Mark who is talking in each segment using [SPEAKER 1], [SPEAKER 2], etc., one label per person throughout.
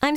[SPEAKER 1] I'm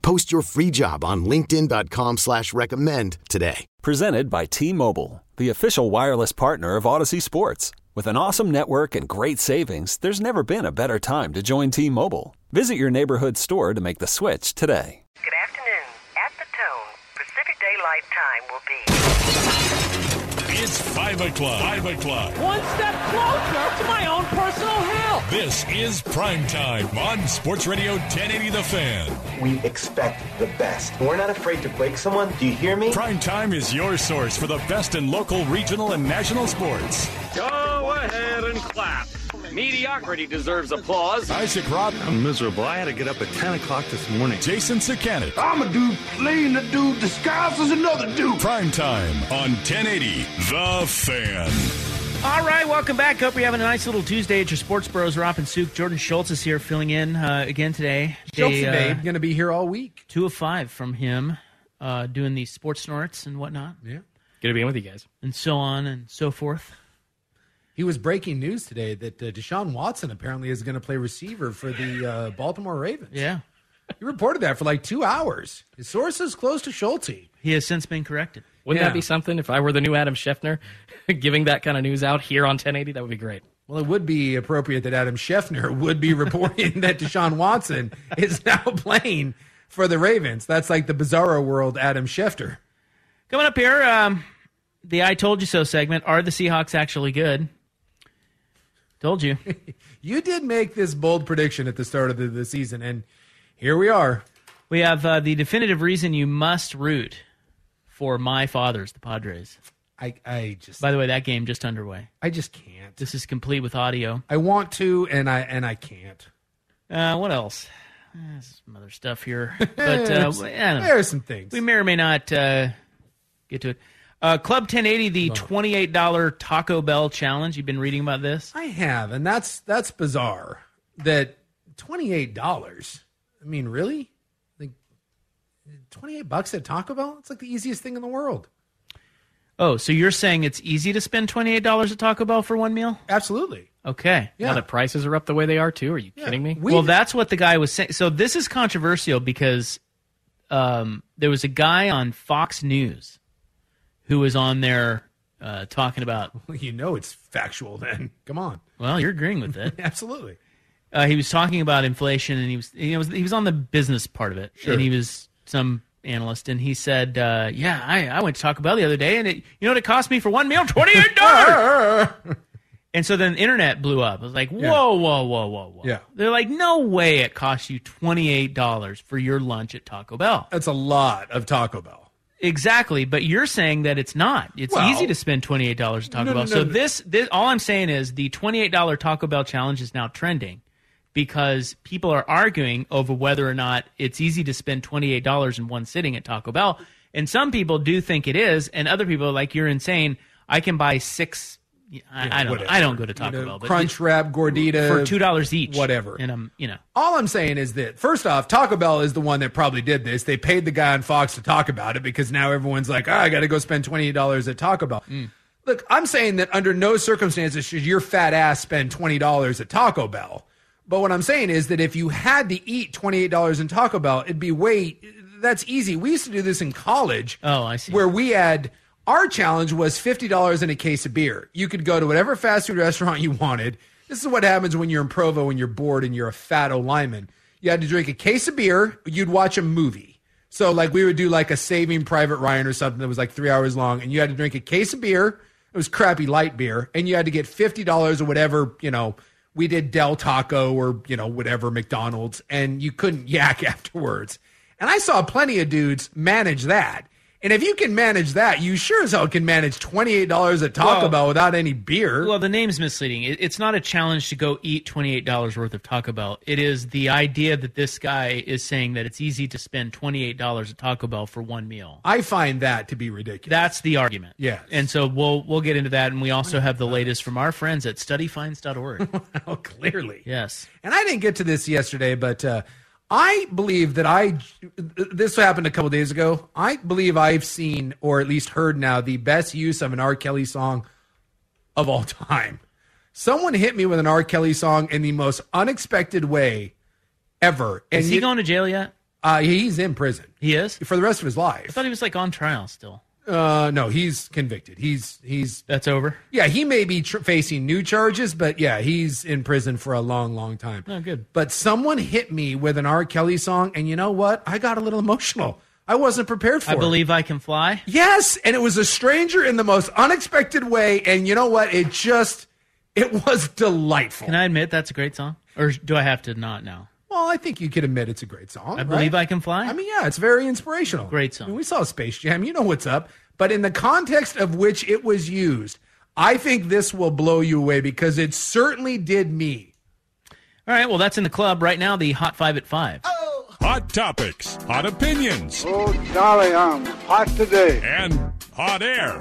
[SPEAKER 2] Post your free job on linkedin.com/recommend slash recommend today.
[SPEAKER 3] Presented by T Mobile, the official wireless partner of Odyssey Sports. With an awesome network and great savings, there's never been a better time to join T Mobile. Visit your neighborhood store to make the switch today.
[SPEAKER 4] Good afternoon. At the tone, Pacific Daylight Time will be.
[SPEAKER 5] It's 5 o'clock. 5 o'clock.
[SPEAKER 6] One step closer to my own personal hell.
[SPEAKER 5] This is prime time on Sports Radio 1080 The Fan.
[SPEAKER 7] We expect the best. We're not afraid to break someone. Do you hear me?
[SPEAKER 5] Prime time is your source for the best in local, regional, and national sports.
[SPEAKER 8] Go ahead and clap. Mediocrity deserves applause.
[SPEAKER 5] Isaac Rob,
[SPEAKER 9] I'm miserable. I had to get up at 10 o'clock this morning.
[SPEAKER 5] Jason Sakanik.
[SPEAKER 10] I'm a dude playing a dude disguised as another dude.
[SPEAKER 5] Prime time on 1080 The Fan.
[SPEAKER 11] All right, welcome back. Hope you're having a nice little Tuesday at your sports bros. Robin Souk, Jordan Schultz is here filling in uh, again today.
[SPEAKER 12] Schultz
[SPEAKER 11] Day, uh,
[SPEAKER 12] babe, gonna be here all week.
[SPEAKER 11] two of five from him, uh, doing these sports snorts and whatnot,
[SPEAKER 12] Yeah,
[SPEAKER 13] Good to be in with you guys.
[SPEAKER 11] and so on and so forth.
[SPEAKER 12] he was breaking news today that uh, Deshaun Watson apparently is gonna play receiver for the uh, Baltimore Ravens.
[SPEAKER 11] Yeah,
[SPEAKER 12] he reported that for like two hours. His sources close to Schulte.
[SPEAKER 11] he has since been corrected.
[SPEAKER 13] Wouldn't
[SPEAKER 12] Yeah.
[SPEAKER 13] that be something if I were the new Adam Scheffner giving that kind of news out here on 1080? That would be great.
[SPEAKER 12] Well, it would be appropriate that Adam Scheffner would be reporting that Deshaun Watson is now playing for the Ravens. That's like the bizarro world Adam Schefter.
[SPEAKER 11] Coming up here, um, the I told you so segment. Are the Seahawks actually good? Told you.
[SPEAKER 12] You did make this bold prediction at the start of the, the season, and here we are.
[SPEAKER 11] We have uh, the definitive reason you must root for my fathers, the Padres.
[SPEAKER 12] I, I just
[SPEAKER 11] By the way, that game just underway.
[SPEAKER 12] I just can't.
[SPEAKER 11] This is complete with audio.
[SPEAKER 12] I want to, and I and I can't.
[SPEAKER 11] Uh, what else? Uh, some other stuff here, but uh, I don't know.
[SPEAKER 12] There are some things.
[SPEAKER 11] we may or may not uh, get to it. Uh, Club 1080, the twenty-eight dollar Taco Bell challenge. You've been reading about this.
[SPEAKER 12] I have, and that's that's bizarre. That twenty eight dollars. I mean, really? Like twenty eight bucks at Taco Bell? It's like the easiest thing in the world.
[SPEAKER 11] Oh, so you're saying it's easy to spend twenty-eight dollars at Taco Bell for one meal?
[SPEAKER 12] Absolutely.
[SPEAKER 11] Okay.
[SPEAKER 12] Yeah.
[SPEAKER 13] Now that prices are up the way they are, too. Are you kidding me?
[SPEAKER 12] We-
[SPEAKER 11] well, that's what the guy was saying. So this is controversial because um, there was a guy on Fox News who was on there uh, talking about.
[SPEAKER 12] you know it's factual. Then come on.
[SPEAKER 11] Well, you're agreeing with it.
[SPEAKER 12] Absolutely.
[SPEAKER 11] Uh, he was talking about inflation, and he was he was he was on the business part of it, and he was some analyst, and he said, uh, "Yeah, I, I went to Taco Bell the other day, and it, you know what it cost me for one meal twenty eight dollars." and so then the internet blew up. I was like, "Whoa, whoa, whoa, whoa, whoa!"
[SPEAKER 12] Yeah.
[SPEAKER 11] they're like, "No way, it cost you twenty eight dollars for your lunch at Taco Bell."
[SPEAKER 12] That's a lot of Taco Bell.
[SPEAKER 11] Exactly, but you're saying that it's not. It's
[SPEAKER 12] Well-
[SPEAKER 11] easy to spend twenty eight dollars at Taco
[SPEAKER 12] No, no,
[SPEAKER 11] Bell.
[SPEAKER 12] no,
[SPEAKER 11] so
[SPEAKER 12] no.
[SPEAKER 11] this, this, all I'm saying is the twenty eight dollar Taco Bell challenge is now trending because people are arguing over whether or not it's easy to spend twenty eight dollars in one sitting at Taco Bell, and some people do think it is, and other people are like you're insane. I can buy six. I, I don't.
[SPEAKER 12] whatever.
[SPEAKER 11] I don't go to Taco
[SPEAKER 12] You know,
[SPEAKER 11] Bell, but
[SPEAKER 12] Crunch wrap gordita
[SPEAKER 11] for two dollars each,
[SPEAKER 12] Uh, Whatever.
[SPEAKER 11] And I'm, you know,
[SPEAKER 12] All I'm saying is that first off, Taco Bell is the one that probably did this. They paid the guy on Fox to talk about it because now everyone's like, oh, I got to go spend twenty dollars at Taco Bell.
[SPEAKER 11] Hmm.
[SPEAKER 12] Look, I'm saying that under no circumstances should your fat ass spend twenty dollars at Taco Bell. But what I'm saying is that if you had to eat twenty eight dollars in Taco Bell, it'd be way that's easy. We used to do this in college.
[SPEAKER 11] Oh, I see.
[SPEAKER 12] Where we had our challenge was fifty dollars in a case of beer. You could go to whatever fast food restaurant you wanted. This is what happens when you're in Provo and you're bored and you're a fat O lineman. You had to drink a case of beer. You'd watch a movie. So like we would do like a Saving Private Ryan or something that was like three hours long, and you had to drink a case of beer. It was crappy light beer, and you had to get fifty dollars or whatever. You know, we did Del Taco or you know whatever McDonald's, and you couldn't yak afterwards. And I saw plenty of dudes manage that. And if you can manage that, you sure as hell can manage twenty eight dollars at Taco
[SPEAKER 11] Well-
[SPEAKER 12] Bell without any beer.
[SPEAKER 11] Well, the name's misleading. It, it's not a challenge to go eat twenty eight dollars worth of Taco Bell. It is the idea that this guy is saying that it's easy to spend twenty eight dollars at Taco Bell for one meal.
[SPEAKER 12] I find that to be ridiculous.
[SPEAKER 11] That's the argument.
[SPEAKER 12] Yes.
[SPEAKER 11] And so we'll we'll get into that, and we also have the latest from our friends at StudyFinds.org.
[SPEAKER 12] Oh, clearly.
[SPEAKER 11] yes.
[SPEAKER 12] And I didn't get to this yesterday, but uh, I believe that I this happened a couple days ago. I believe I've seen or at least heard now the best use of an R. Kelly song of all time. Someone hit me with an R. Kelly song in the most unexpected way ever.
[SPEAKER 11] Is he
[SPEAKER 12] you-
[SPEAKER 11] going to jail yet?
[SPEAKER 12] Uh, he's in prison.
[SPEAKER 11] He is
[SPEAKER 12] for the rest of his
[SPEAKER 11] I
[SPEAKER 12] life.
[SPEAKER 11] thought he was like on trial still.
[SPEAKER 12] Uh, no, he's convicted. He's he's
[SPEAKER 11] that's over.
[SPEAKER 12] Yeah, he may be tr- facing new charges, but yeah, he's in prison for a long, long time.
[SPEAKER 11] No, Oh, good.
[SPEAKER 12] But someone hit me with an R. Kelly song, and you know what? I got a little emotional. I wasn't prepared for
[SPEAKER 11] I
[SPEAKER 12] it.
[SPEAKER 11] believe I can fly.
[SPEAKER 12] Yes, and it was a stranger in the most unexpected way, and you know what? It just it was delightful.
[SPEAKER 11] Can I admit that's a great song, or do I have to not now?
[SPEAKER 12] Well, I think you could admit it's a great song.
[SPEAKER 11] I believe
[SPEAKER 12] right?
[SPEAKER 11] I can fly.
[SPEAKER 12] I mean, yeah, it's very inspirational. Great
[SPEAKER 11] song.
[SPEAKER 12] we saw Space Jam. You know what's up. But in the context of which it was used, I think this will blow you away because it certainly did me.
[SPEAKER 11] All right. Well, that's in the club right now. The hot five at five.
[SPEAKER 5] Hot topics, hot opinions.
[SPEAKER 14] Oh, golly, I'm hot today.
[SPEAKER 5] And hot air.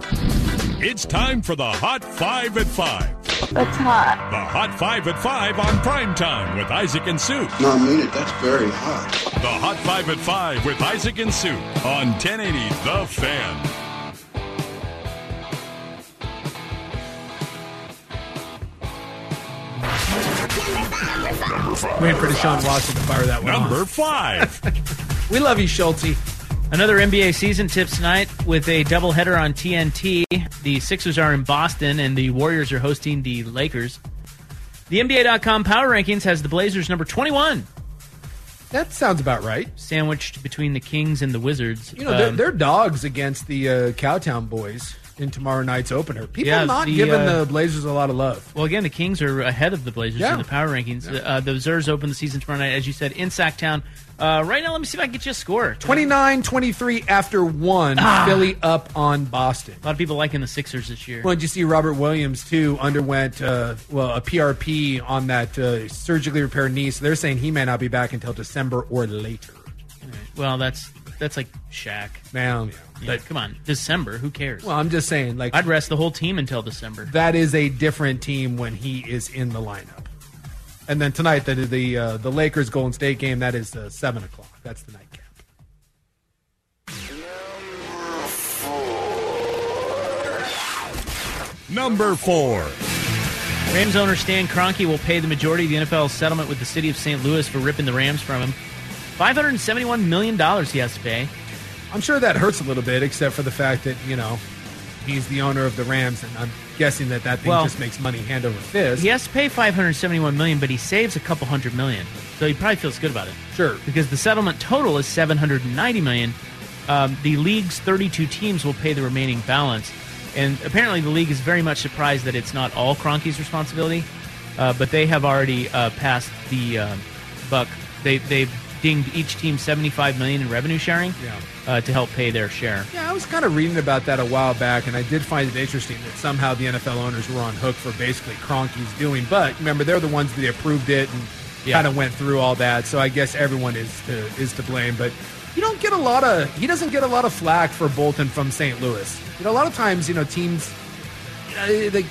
[SPEAKER 5] It's time for the Hot Five at Five.
[SPEAKER 15] That's hot.
[SPEAKER 5] The Hot Five at Five on prime time with Isaac and Sue.
[SPEAKER 10] No, I mean it. That's very hot.
[SPEAKER 5] The Hot Five at Five with Isaac and Sue on 1080 The Fan.
[SPEAKER 12] Waiting for Deshaun Watson to fire that one.
[SPEAKER 5] Number five.
[SPEAKER 12] we love you, Schulte.
[SPEAKER 11] Another NBA season tips tonight with a doubleheader on TNT. The Sixers are in Boston, and the Warriors are hosting the Lakers. The NBA.com Power Rankings has the Blazers number 21,
[SPEAKER 12] That sounds about right.
[SPEAKER 11] sandwiched between the Kings and the Wizards.
[SPEAKER 12] You know, they're,
[SPEAKER 11] Um,
[SPEAKER 12] they're dogs against the uh, Cowtown boys in tomorrow night's opener. People
[SPEAKER 11] Yeah,
[SPEAKER 12] are not
[SPEAKER 11] the,
[SPEAKER 12] giving
[SPEAKER 11] uh,
[SPEAKER 12] the Blazers a lot of love.
[SPEAKER 11] Well, again, the Kings are ahead of the Blazers
[SPEAKER 12] Yeah.
[SPEAKER 11] in the power rankings. Uh, the Reserves open the season tomorrow night, as you said, in Sacktown. Uh, right now, let me see if I can get you a score.
[SPEAKER 12] 29 23 after one,
[SPEAKER 11] Ah.
[SPEAKER 12] Philly up on Boston.
[SPEAKER 11] A lot of people liking the Sixers this year.
[SPEAKER 12] Well, did you see Robert Williams too underwent uh, well a PRP on that uh, surgically repaired knee, so they're saying he may not be back until December or later.
[SPEAKER 11] Well, that's that's like Shaq.
[SPEAKER 12] Man,
[SPEAKER 11] Yeah, come on, December. Who cares?
[SPEAKER 12] well, I'm just saying like
[SPEAKER 11] I'd rest the whole team until December.
[SPEAKER 12] that is a different team when he is in the lineup. And then tonight the the uh, the Lakers Golden State game that is uh, seven o'clock. That's the night cap.
[SPEAKER 5] Number four.
[SPEAKER 11] Rams owner Stan Kroenke will pay the majority of the NFL's settlement with the city of St. Louis for ripping the Rams from him. Five hundred and seventy-one million dollars he has to pay.
[SPEAKER 12] I'm sure that hurts a little bit, except for the fact that you know he's the owner of the Rams, and I'm guessing that that thing
[SPEAKER 11] Well-
[SPEAKER 12] just makes money hand over fist.
[SPEAKER 11] He has to pay five hundred seventy-one million, but he saves a couple hundred million, so he probably feels good about it.
[SPEAKER 12] Sure,
[SPEAKER 11] because the settlement total is seven hundred and ninety million. Um, the league's thirty-two teams will pay the remaining balance, and apparently the league is very much surprised that it's not all Cronky's responsibility, uh, but they have already uh, passed the um buck. They they've dinged each team seventy-five million in revenue sharing uh, to help pay their share.
[SPEAKER 12] Yeah, I was kind of reading about that a while back, and I did find it interesting that somehow the NFL owners were on hook for basically Cronky's doing. But remember, they're the ones that approved it and
[SPEAKER 11] Yeah.
[SPEAKER 12] kind of went through all that. So I guess everyone is to, is to blame. But you don't get a lot of he doesn't get a lot of flack for Bolton from St. Louis. You know, a lot of times you know teams you know, they,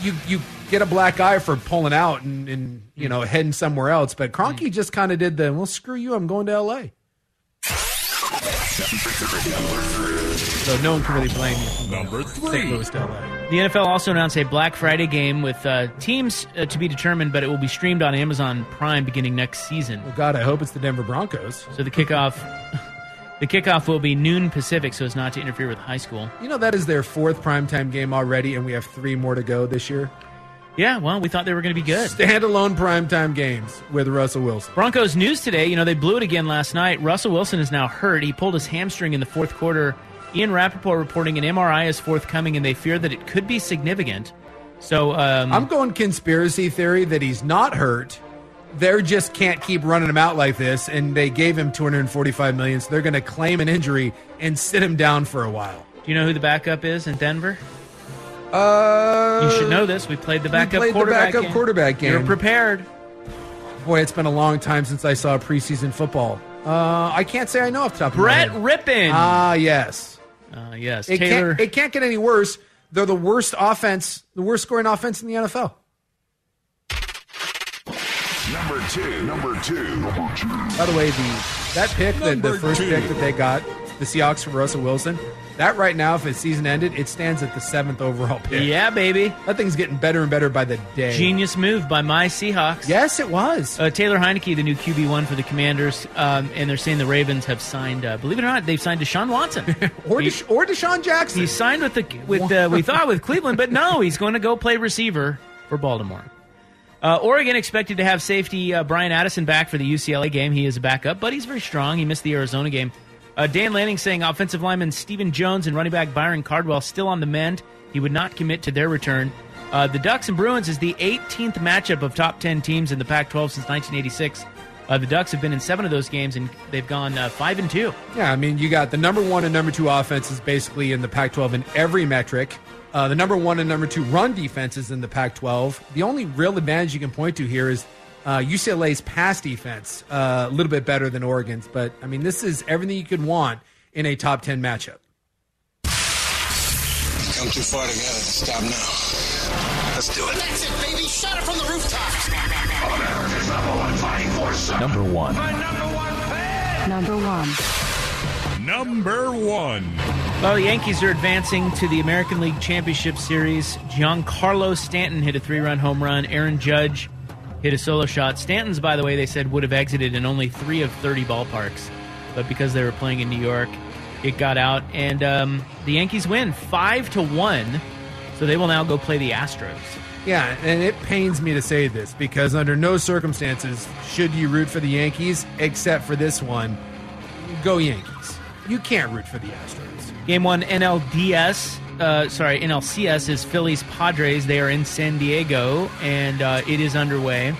[SPEAKER 12] you you get a black eye for pulling out and, and you know heading somewhere else. But Cronky just kind of did the well, screw you, I'm going to L.A. So no one can really blame you. from
[SPEAKER 5] Number
[SPEAKER 12] St. Louis to LA.
[SPEAKER 11] The NFL also announced a Black Friday game with uh, teams uh, to be determined, but it will be streamed on Amazon Prime beginning next season.
[SPEAKER 12] Well, God, I hope it's the Denver Broncos.
[SPEAKER 11] So the kickoff, the kickoff will be noon Pacific, so as not to interfere with high school.
[SPEAKER 12] You know that is their fourth primetime game already, and we have three more to go this year.
[SPEAKER 11] Yeah, well, we thought they were going to be good.
[SPEAKER 12] Standalone primetime games with Russell Wilson.
[SPEAKER 11] Broncos news today. You know they blew it again last night. Russell Wilson is now hurt. He pulled his hamstring in the fourth quarter. Ian Rappaport reporting an MRI is forthcoming, and they fear that it could be significant. So um,
[SPEAKER 12] I'm going conspiracy theory that he's not hurt. they just can't keep running him out like this, and they gave him 245 million, so they're going to claim an injury and sit him down for a while.
[SPEAKER 11] Do you know who the backup is in Denver?
[SPEAKER 12] Uh,
[SPEAKER 11] you should know this. We played the backup
[SPEAKER 12] played the
[SPEAKER 11] quarterback
[SPEAKER 12] backup
[SPEAKER 11] game.
[SPEAKER 12] quarterback game.
[SPEAKER 11] You're prepared.
[SPEAKER 12] Uh, Boy, it's been a long time since I saw preseason football. Uh, I can't say I know off the top of my
[SPEAKER 11] Brett
[SPEAKER 12] head.
[SPEAKER 11] Rippin.
[SPEAKER 12] Ah, yes.
[SPEAKER 11] Uh, yes,
[SPEAKER 12] It
[SPEAKER 11] Taylor.
[SPEAKER 12] can't, it can't get any worse. They're the worst offense, the worst scoring offense in the NFL.
[SPEAKER 15] Number two. Number two. Number two.
[SPEAKER 12] By the way, the that pick, the, the
[SPEAKER 15] Number
[SPEAKER 12] first
[SPEAKER 15] two.
[SPEAKER 12] pick that they got, the Seahawks for Russell Wilson, that right now, if its season ended, it stands at the seventh overall pick.
[SPEAKER 11] Yeah, baby.
[SPEAKER 12] That thing's getting better and better by the day.
[SPEAKER 11] Genius move by my Seahawks.
[SPEAKER 12] Yes, it was.
[SPEAKER 11] Uh, Taylor Heineke, the new QB one for the Commanders, um, and they're saying the Ravens have signed. Uh, believe it or not, they've signed Deshaun Watson.
[SPEAKER 12] or, Desha- or Deshaun Jackson.
[SPEAKER 11] He signed with the with uh, we thought with Cleveland, but no, he's going to go play receiver for Baltimore. Uh, Oregon expected to have safety uh, Brian Addison back for the UCLA game. He is a backup, but he's very strong. He missed the Arizona game. Uh, Dan Lanning saying offensive lineman Stephen Jones and running back Byron Cardwell still on the mend. He would not commit to their return. Uh, the Ducks and Bruins is the 18th matchup of top 10 teams in the Pac-12 since 1986. Uh, the Ducks have been in seven of those games and they've gone uh, five and two.
[SPEAKER 12] Yeah, I mean, you got the number one and number two offenses basically in the Pac 12 in every metric. Uh, the number one and number two run defenses in the Pac 12. The only real advantage you can point to here is uh, UCLA's pass defense, uh, a little bit better than Oregon's. But, I mean, this is everything you could want in a top 10 matchup.
[SPEAKER 16] Come too far together. Stop now. Let's do it.
[SPEAKER 17] That's it, baby. Shot it from the rooftops.
[SPEAKER 15] America's number one fighting force.
[SPEAKER 3] Number one.
[SPEAKER 18] Number one.
[SPEAKER 5] Number one.
[SPEAKER 11] Well, the Yankees are advancing to the American League Championship Series. Giancarlo Stanton hit a three run home run. Aaron Judge hit a solo shot. Stanton's, by the way, they said would have exited in only three of 30 ballparks. But because they were playing in New York, it got out. And um, the Yankees win 5 to 1. So they will now go play the Astros.
[SPEAKER 12] Yeah, and it pains me to say this because under no circumstances should you root for the Yankees except for this one. Go Yankees. You can't root for the Astros.
[SPEAKER 11] Game one NLDS, uh, sorry, NLCS is Phillies Padres. They are in San Diego, and uh, it is underway.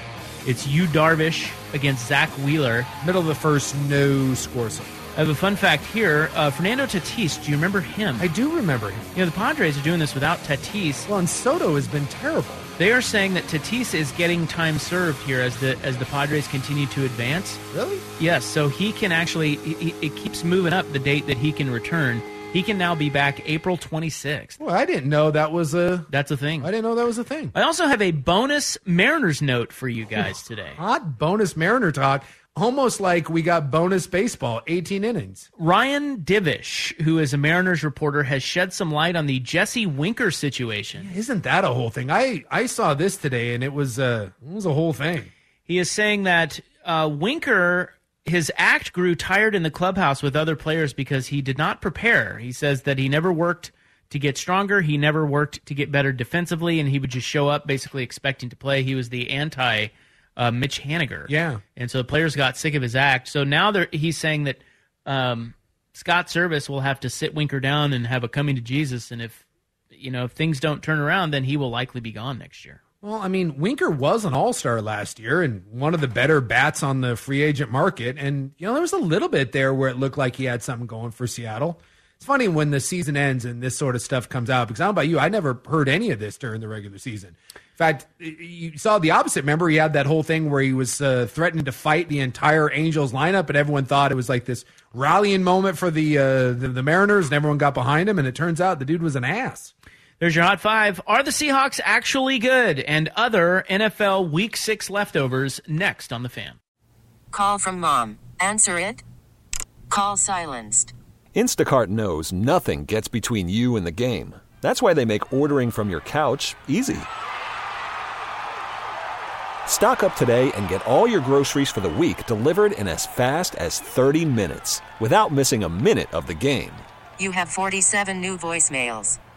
[SPEAKER 11] It's Yu Darvish against Zach Wheeler.
[SPEAKER 12] Middle of the first, no scores.
[SPEAKER 11] I have a fun fact here. Uh, Fernando Tatis, do you remember him? I
[SPEAKER 12] do remember him.
[SPEAKER 11] You know, the Padres are doing this without Tatis.
[SPEAKER 12] Well, and Soto has been terrible.
[SPEAKER 11] They are saying that Tatis is getting time served here as the as the Padres continue to advance.
[SPEAKER 12] Really?
[SPEAKER 11] Yes, so he can actually, he, he- it keeps moving up the date that he can return. He can now be back April 26th.
[SPEAKER 12] Well, I didn't know that was a.
[SPEAKER 11] That's a thing.
[SPEAKER 12] I didn't know that was a thing.
[SPEAKER 11] I also have a bonus Mariners note for you guys today.
[SPEAKER 12] Hot bonus Mariner talk, almost like we got bonus baseball, 18 innings.
[SPEAKER 11] Ryan Divish, who is a Mariners reporter, has shed some light on the Jesse Winker situation.
[SPEAKER 12] Isn't that a whole thing? I I saw this today, and it was uh, it was a whole thing.
[SPEAKER 11] He is saying that uh, Winker, his act grew tired in the clubhouse with other players because he did not prepare. He says that he never worked to get stronger, he never worked to get better defensively, and he would just show up basically expecting to play. He was the anti uh, Mitch Haniger.
[SPEAKER 12] Yeah.
[SPEAKER 11] And so the players got sick of his act. So now they're, he's saying that um, Scott Service will have to sit Winker down and have a coming to Jesus. And if you know if things don't turn around, then he will likely be gone next year.
[SPEAKER 12] Well, I mean, Winker was an all star last year and one of the better bats on the free agent market. And, you know, there was a little bit there where it looked like he had something going for Seattle. It's funny when the season ends and this sort of stuff comes out because I don't know about you, I never heard any of this during the regular season. In fact, y- you saw the opposite. Remember, he had that whole thing where he was uh, threatening to fight the entire Angels lineup, and everyone thought it was like this rallying moment for the, uh, the the Mariners, and everyone got behind him. And it turns out the dude was an ass.
[SPEAKER 11] There's your hot five. Are the Seahawks actually good? And other NFL Week Six leftovers next on the fan.
[SPEAKER 19] Call from mom. Answer it. Call silenced.
[SPEAKER 3] Instacart knows nothing gets between you and the game. That's why they make ordering from your couch easy. Stock up today and get all your groceries for the week delivered in as fast as 30 minutes without missing a minute of the game.
[SPEAKER 19] You have 47 new voicemails.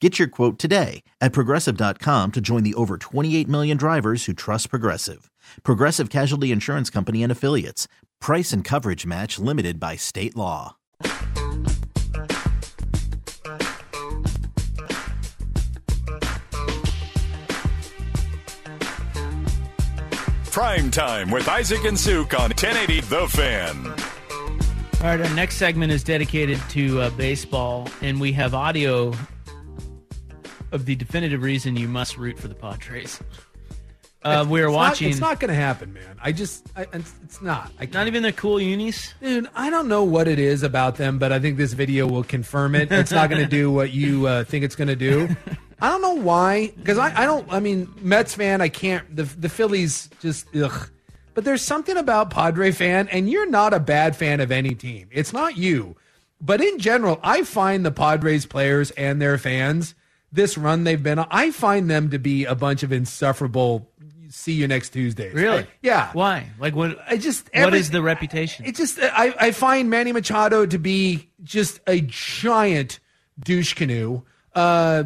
[SPEAKER 20] Get your quote today at progressive.com to join the over 28 million drivers who trust Progressive. Progressive Casualty Insurance Company and Affiliates. Price and coverage match limited by state law.
[SPEAKER 5] Prime Time with Isaac and Suk on 1080 The Fan.
[SPEAKER 11] All right, our next segment is dedicated to uh, baseball, and we have audio of the definitive reason you must root for the Padres. Uh, we are
[SPEAKER 12] it's
[SPEAKER 11] watching.
[SPEAKER 12] Not, it's not going to happen, man. I just, I, it's, it's not. I can't.
[SPEAKER 11] Not even the cool unis.
[SPEAKER 12] Dude, I don't know what it is about them, but I think this video will confirm it. It's not going to do what you uh, think it's going to do. I don't know why, because I, I don't. I mean, Mets fan, I can't. The the Phillies just ugh. But there's something about Padre fan, and you're not a bad fan of any team. It's not you, but in general, I find the Padres players and their fans this run they've been on. I find them to be a bunch of insufferable. See you next Tuesday.
[SPEAKER 11] Really?
[SPEAKER 12] yeah.
[SPEAKER 11] Why? Like what?
[SPEAKER 12] I just.
[SPEAKER 11] what is the reputation?
[SPEAKER 12] It just. uh, I I find Manny Machado to be just a giant douche canoe. Uh,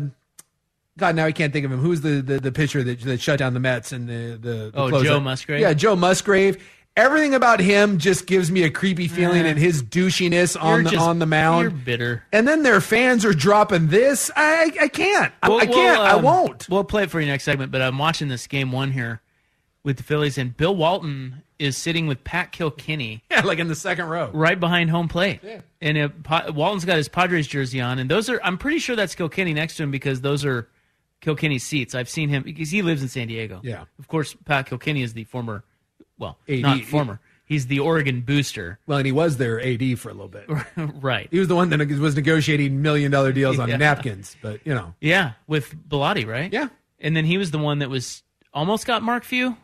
[SPEAKER 12] God, now I can't think of him. Who's the the, the pitcher that, that shut down the Mets and the the, the
[SPEAKER 11] oh
[SPEAKER 12] closer?
[SPEAKER 11] Joe Musgrave?
[SPEAKER 12] Yeah, Joe Musgrave. Everything about him just gives me a creepy feeling,
[SPEAKER 11] Yeah.
[SPEAKER 12] and his douchiness on
[SPEAKER 11] You're
[SPEAKER 12] the
[SPEAKER 11] just-
[SPEAKER 12] on the mound.
[SPEAKER 11] you're bitter.
[SPEAKER 12] And then their fans are dropping this. I I can't. I, I can't. I
[SPEAKER 11] um,
[SPEAKER 12] won't.
[SPEAKER 11] We'll play it for you next segment, but I'm watching this game one here with the Phillies, and Bill Walton is sitting with Pat Kilkenny
[SPEAKER 12] Yeah, like in the second row.
[SPEAKER 11] right behind home plate.
[SPEAKER 12] Yeah.
[SPEAKER 11] And uh pa- Walton's got his Padres jersey on, and those are, I'm pretty sure that's Kilkenny next to him because those are Kilkenny's seats. I've seen him because he lives in San Diego.
[SPEAKER 12] Yeah.
[SPEAKER 11] Of course, Pat Kilkenny is the former, well,
[SPEAKER 12] AD.
[SPEAKER 11] not former. He's the Oregon booster.
[SPEAKER 12] Well, and he was their AD for a little bit.
[SPEAKER 11] right.
[SPEAKER 12] He was the one that was negotiating million dollar deals on
[SPEAKER 11] Yeah.
[SPEAKER 12] napkins, but you know.
[SPEAKER 11] Yeah, with Bellotti, right?
[SPEAKER 12] Yeah.
[SPEAKER 11] And then he was the one that was almost got Mark Few.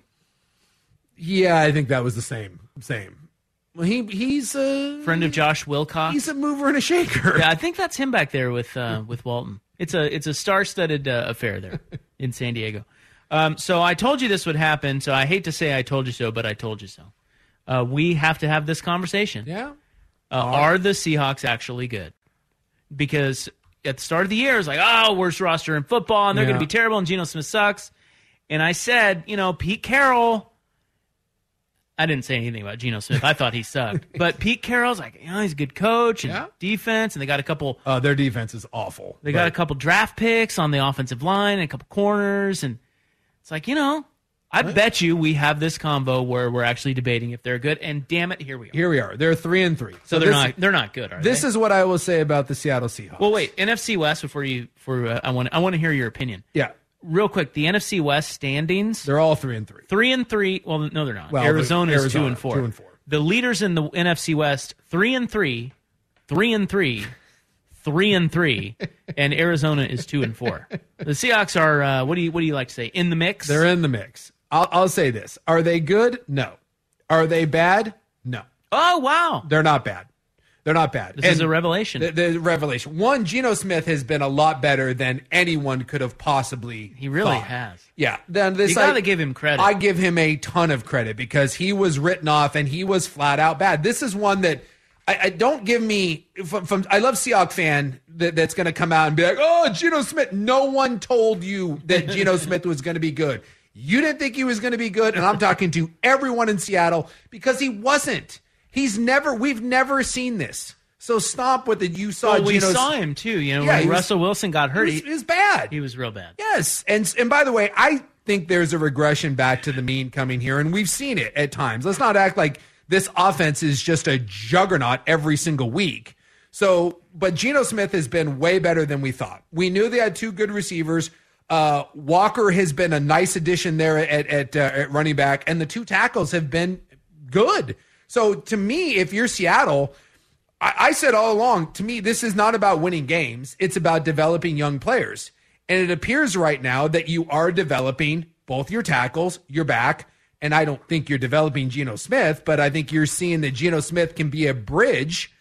[SPEAKER 12] Yeah, I think that was the same. Same. Well, he he's a
[SPEAKER 11] friend of Josh Wilcox.
[SPEAKER 12] Mm-hmm. he's a mover and a shaker.
[SPEAKER 11] yeah, I think that's him back there with uh, with Walton. It's a it's a star-studded uh, affair there in San Diego. Um, so I told you this would happen. So I hate to say I told you so, but I told you so. Uh, we have to have this conversation.
[SPEAKER 12] Yeah.
[SPEAKER 11] Uh, are the Seahawks actually good? Because at the start of the year, it's like, oh, worst roster in football, and they're
[SPEAKER 12] Yeah.
[SPEAKER 11] going to be terrible, and Geno Smith sucks. And I said, you know, Pete Carroll. I didn't say anything about Geno Smith. I thought he sucked, but Pete Carroll's like, you know, he's a good coach and
[SPEAKER 12] Yeah.
[SPEAKER 11] defense, and they got a couple.
[SPEAKER 12] Uh, their defense is awful.
[SPEAKER 11] They got a
[SPEAKER 12] But-
[SPEAKER 11] couple draft picks on the offensive line and a couple corners, and it's like, you know, I bet you we have this combo where we're actually debating if they're good. And damn it, here we are.
[SPEAKER 12] Here we are. They're three and three.
[SPEAKER 11] So they're
[SPEAKER 12] this,
[SPEAKER 11] not they're not good. Are
[SPEAKER 12] This
[SPEAKER 11] they?
[SPEAKER 12] is what I will say about the Seattle Seahawks.
[SPEAKER 11] Well, wait, NFC West before you for uh, I want I want to hear your opinion.
[SPEAKER 12] Yeah,
[SPEAKER 11] Real quick, the NFC West standings.
[SPEAKER 12] they're all three and three.
[SPEAKER 11] 3 and 3. Well, no they're not.
[SPEAKER 12] Well,
[SPEAKER 11] Arizona is
[SPEAKER 12] Arizona,
[SPEAKER 11] 2 and 4.
[SPEAKER 12] two and four.
[SPEAKER 11] The leaders in the NFC West 3 and 3, 3 and 3, 3 and 3, and Arizona is 2 and 4. The Seahawks are uh, what do you what do you like to say? In the mix?
[SPEAKER 12] They're in the mix. I'll, I'll say this: Are they good? No. Are they bad? No.
[SPEAKER 11] oh, wow.
[SPEAKER 12] They're not bad. They're not bad.
[SPEAKER 11] This is a revelation.
[SPEAKER 12] The, the revelation. One, Geno Smith has been a lot better than anyone could have possibly.
[SPEAKER 11] he really
[SPEAKER 12] thought.
[SPEAKER 11] has.
[SPEAKER 12] Yeah. Then this
[SPEAKER 11] You got
[SPEAKER 12] I-
[SPEAKER 11] to give him credit.
[SPEAKER 12] I give him a ton of credit because he was written off and he was flat out bad. This is one that I, I don't give me from, from I love Seahawk fan that, that's going to come out and be like, oh, Geno Smith. No one told you that Geno Smith was going to be good. You didn't think he was going to be good, and I'm talking to everyone in Seattle because he wasn't. He's never. We've never seen this. So stop with it. You saw.
[SPEAKER 11] well, we
[SPEAKER 12] Uh, Geno-
[SPEAKER 11] saw him too, you know,
[SPEAKER 12] Yeah,
[SPEAKER 11] when
[SPEAKER 12] he was-
[SPEAKER 11] Russell Wilson got
[SPEAKER 12] He
[SPEAKER 11] hurt.
[SPEAKER 12] was,
[SPEAKER 11] He,
[SPEAKER 12] he was bad.
[SPEAKER 11] he was real bad.
[SPEAKER 12] Yes, and and by the way, I think there's a regression back to the mean coming here, and we've seen it at times. Let's not act like this offense is just a juggernaut every single week. So, but Geno Smith has been way better than we thought. We knew they had two good receivers. Uh, Walker has been a nice addition there at at, uh, at running back, and the two tackles have been good. So to me, if you're Seattle, I, I said all along, to me, this is not about winning games; it's about developing young players. And it appears right now that you are developing both your tackles, your back, and I don't think you're developing Geno Smith, but I think you're seeing that Geno Smith can be a bridge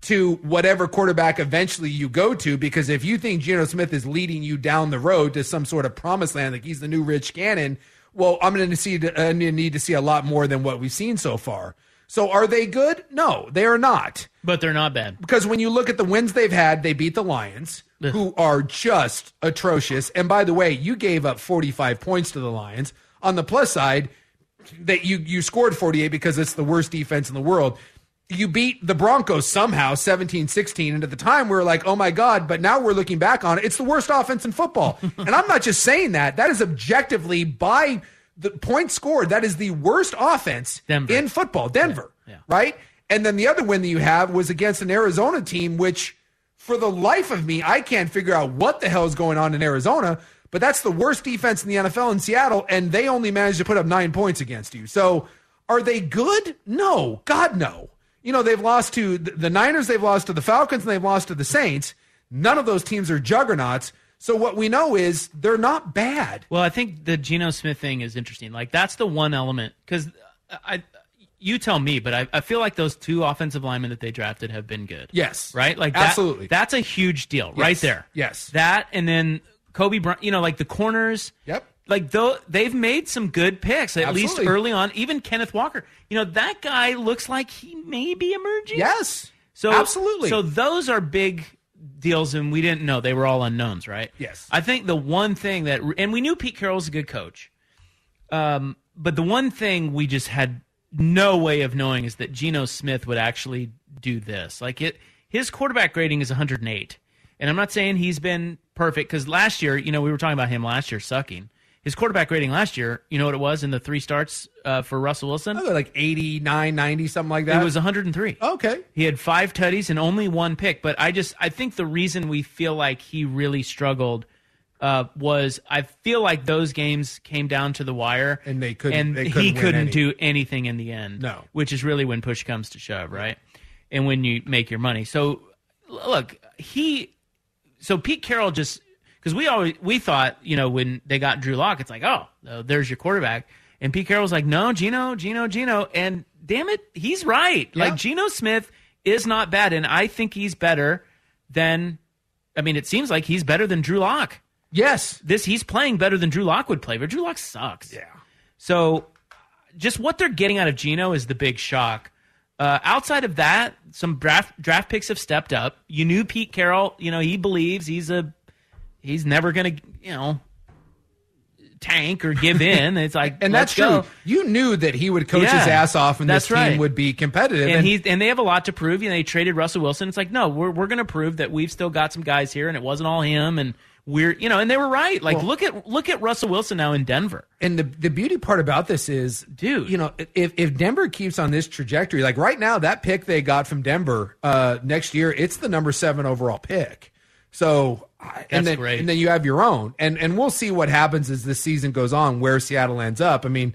[SPEAKER 12] to whatever quarterback eventually you go to. Because if you think Geno Smith is leading you down the road to some sort of promised land, like he's the new Rich Gannon, well, I'm going to see, I'm going to need to see a lot more than what we've seen so far. So are they good? No, they are not.
[SPEAKER 11] But they're not bad
[SPEAKER 12] because when you look at the wins they've had, they beat the Lions, Ugh. who are just atrocious. And by the way, you gave up 45 points to the Lions. On the plus side, that you you scored 48 because it's the worst defense in the world you beat the Broncos somehow 17 16. And at the time, we were like, oh my God. But now we're looking back on it. It's the worst offense in football. and I'm not just saying that. That is objectively by the point scored. That is the worst offense
[SPEAKER 11] Denver.
[SPEAKER 12] in football, Denver,
[SPEAKER 11] Yeah, yeah.
[SPEAKER 12] right? And then the other win that you have was against an Arizona team, which for the life of me, I can't figure out what the hell is going on in Arizona. But that's the worst defense in the NFL in Seattle. And they only managed to put up nine points against you. So are they good? No. God, no you know, they've lost to the Niners, they've lost to the Falcons, and they've lost to the Saints. None of those teams are juggernauts. So what we know is they're not bad.
[SPEAKER 11] Well, I think the Geno Smith thing is interesting. Like that's the one element because I, you tell me, but I, I feel like those two offensive linemen that they drafted have been good.
[SPEAKER 12] Yes.
[SPEAKER 11] right. Like that-
[SPEAKER 12] Absolutely.
[SPEAKER 11] that's a huge deal right
[SPEAKER 12] Yes.
[SPEAKER 11] there.
[SPEAKER 12] Yes.
[SPEAKER 11] that and then Kobe Bryant. You know, like the corners.
[SPEAKER 12] Yep.
[SPEAKER 11] Like though they've made some good picks at least
[SPEAKER 12] Absolutely.
[SPEAKER 11] early on. Even Kenneth Walker. You know that guy looks like he may be emerging.
[SPEAKER 12] Yes.
[SPEAKER 11] So
[SPEAKER 12] Absolutely.
[SPEAKER 11] So those are big deals, and we didn't know they were all unknowns, right?
[SPEAKER 12] Yes.
[SPEAKER 11] I think the one thing that, and we knew Pete Carroll's a good coach, um, but the one thing we just had no way of knowing is that Geno Smith would actually do this. Like it, his quarterback rating is 108, and I'm not saying he's been perfect because last year, you know, we were talking about him last year sucking. His quarterback rating last year, you know what it was in the three starts uh, for Russell Wilson?
[SPEAKER 12] Oh, they're like 89, 90, something like that.
[SPEAKER 11] It was 103.
[SPEAKER 12] Okay.
[SPEAKER 11] He had five tutties and only one pick. But I just I think the reason we feel like he really struggled uh, was I feel like those games came down to the wire
[SPEAKER 12] And they couldn't-
[SPEAKER 11] and
[SPEAKER 12] they
[SPEAKER 11] he
[SPEAKER 12] couldn't win
[SPEAKER 11] couldn't
[SPEAKER 12] any.
[SPEAKER 11] do anything in the end.
[SPEAKER 12] No.
[SPEAKER 11] which is really when push comes to shove, right? And when you make your money. So l- look, he so Pete Carroll just because we always we thought you know when they got Drew Lock, it's like oh uh, there's your quarterback, and Pete Carroll was like no Gino Gino Gino, and damn it he's right like Geno Smith is not bad, and I think he's better than I mean it seems like he's better than Drew Lock.
[SPEAKER 12] Yes,
[SPEAKER 11] this he's playing better than Drew Lock would play, but Drew Lock sucks. Yeah, so just what they're getting out of Gino is the big shock. Uh, outside of that, some draft draft picks have stepped up. You knew Pete Carroll. You know he believes he's a he's never gonna you know tank or give in. It's like
[SPEAKER 12] And that's
[SPEAKER 11] let's go.
[SPEAKER 12] true. You knew that he would coach his
[SPEAKER 11] Yeah.
[SPEAKER 12] ass off and
[SPEAKER 11] That's
[SPEAKER 12] this team
[SPEAKER 11] right.
[SPEAKER 12] would be competitive.
[SPEAKER 11] And he and they have a lot to prove. You know, they traded Russell Wilson. It's like no, we're we're gonna prove that we've still got some guys here, and it wasn't all him. And we're you know, and they were right. Like
[SPEAKER 12] Well-
[SPEAKER 11] look at look at Russell Wilson now in Denver.
[SPEAKER 12] and the, the beauty part about this is,
[SPEAKER 11] dude,
[SPEAKER 12] you know, if, if Denver keeps on this trajectory, like right now, that pick they got from Denver uh, next year, it's the number seven overall pick. So, I-
[SPEAKER 11] That's
[SPEAKER 12] and then,
[SPEAKER 11] great.
[SPEAKER 12] and then you have your own, and and we'll see what happens as the season goes on, where Seattle ends up. I mean,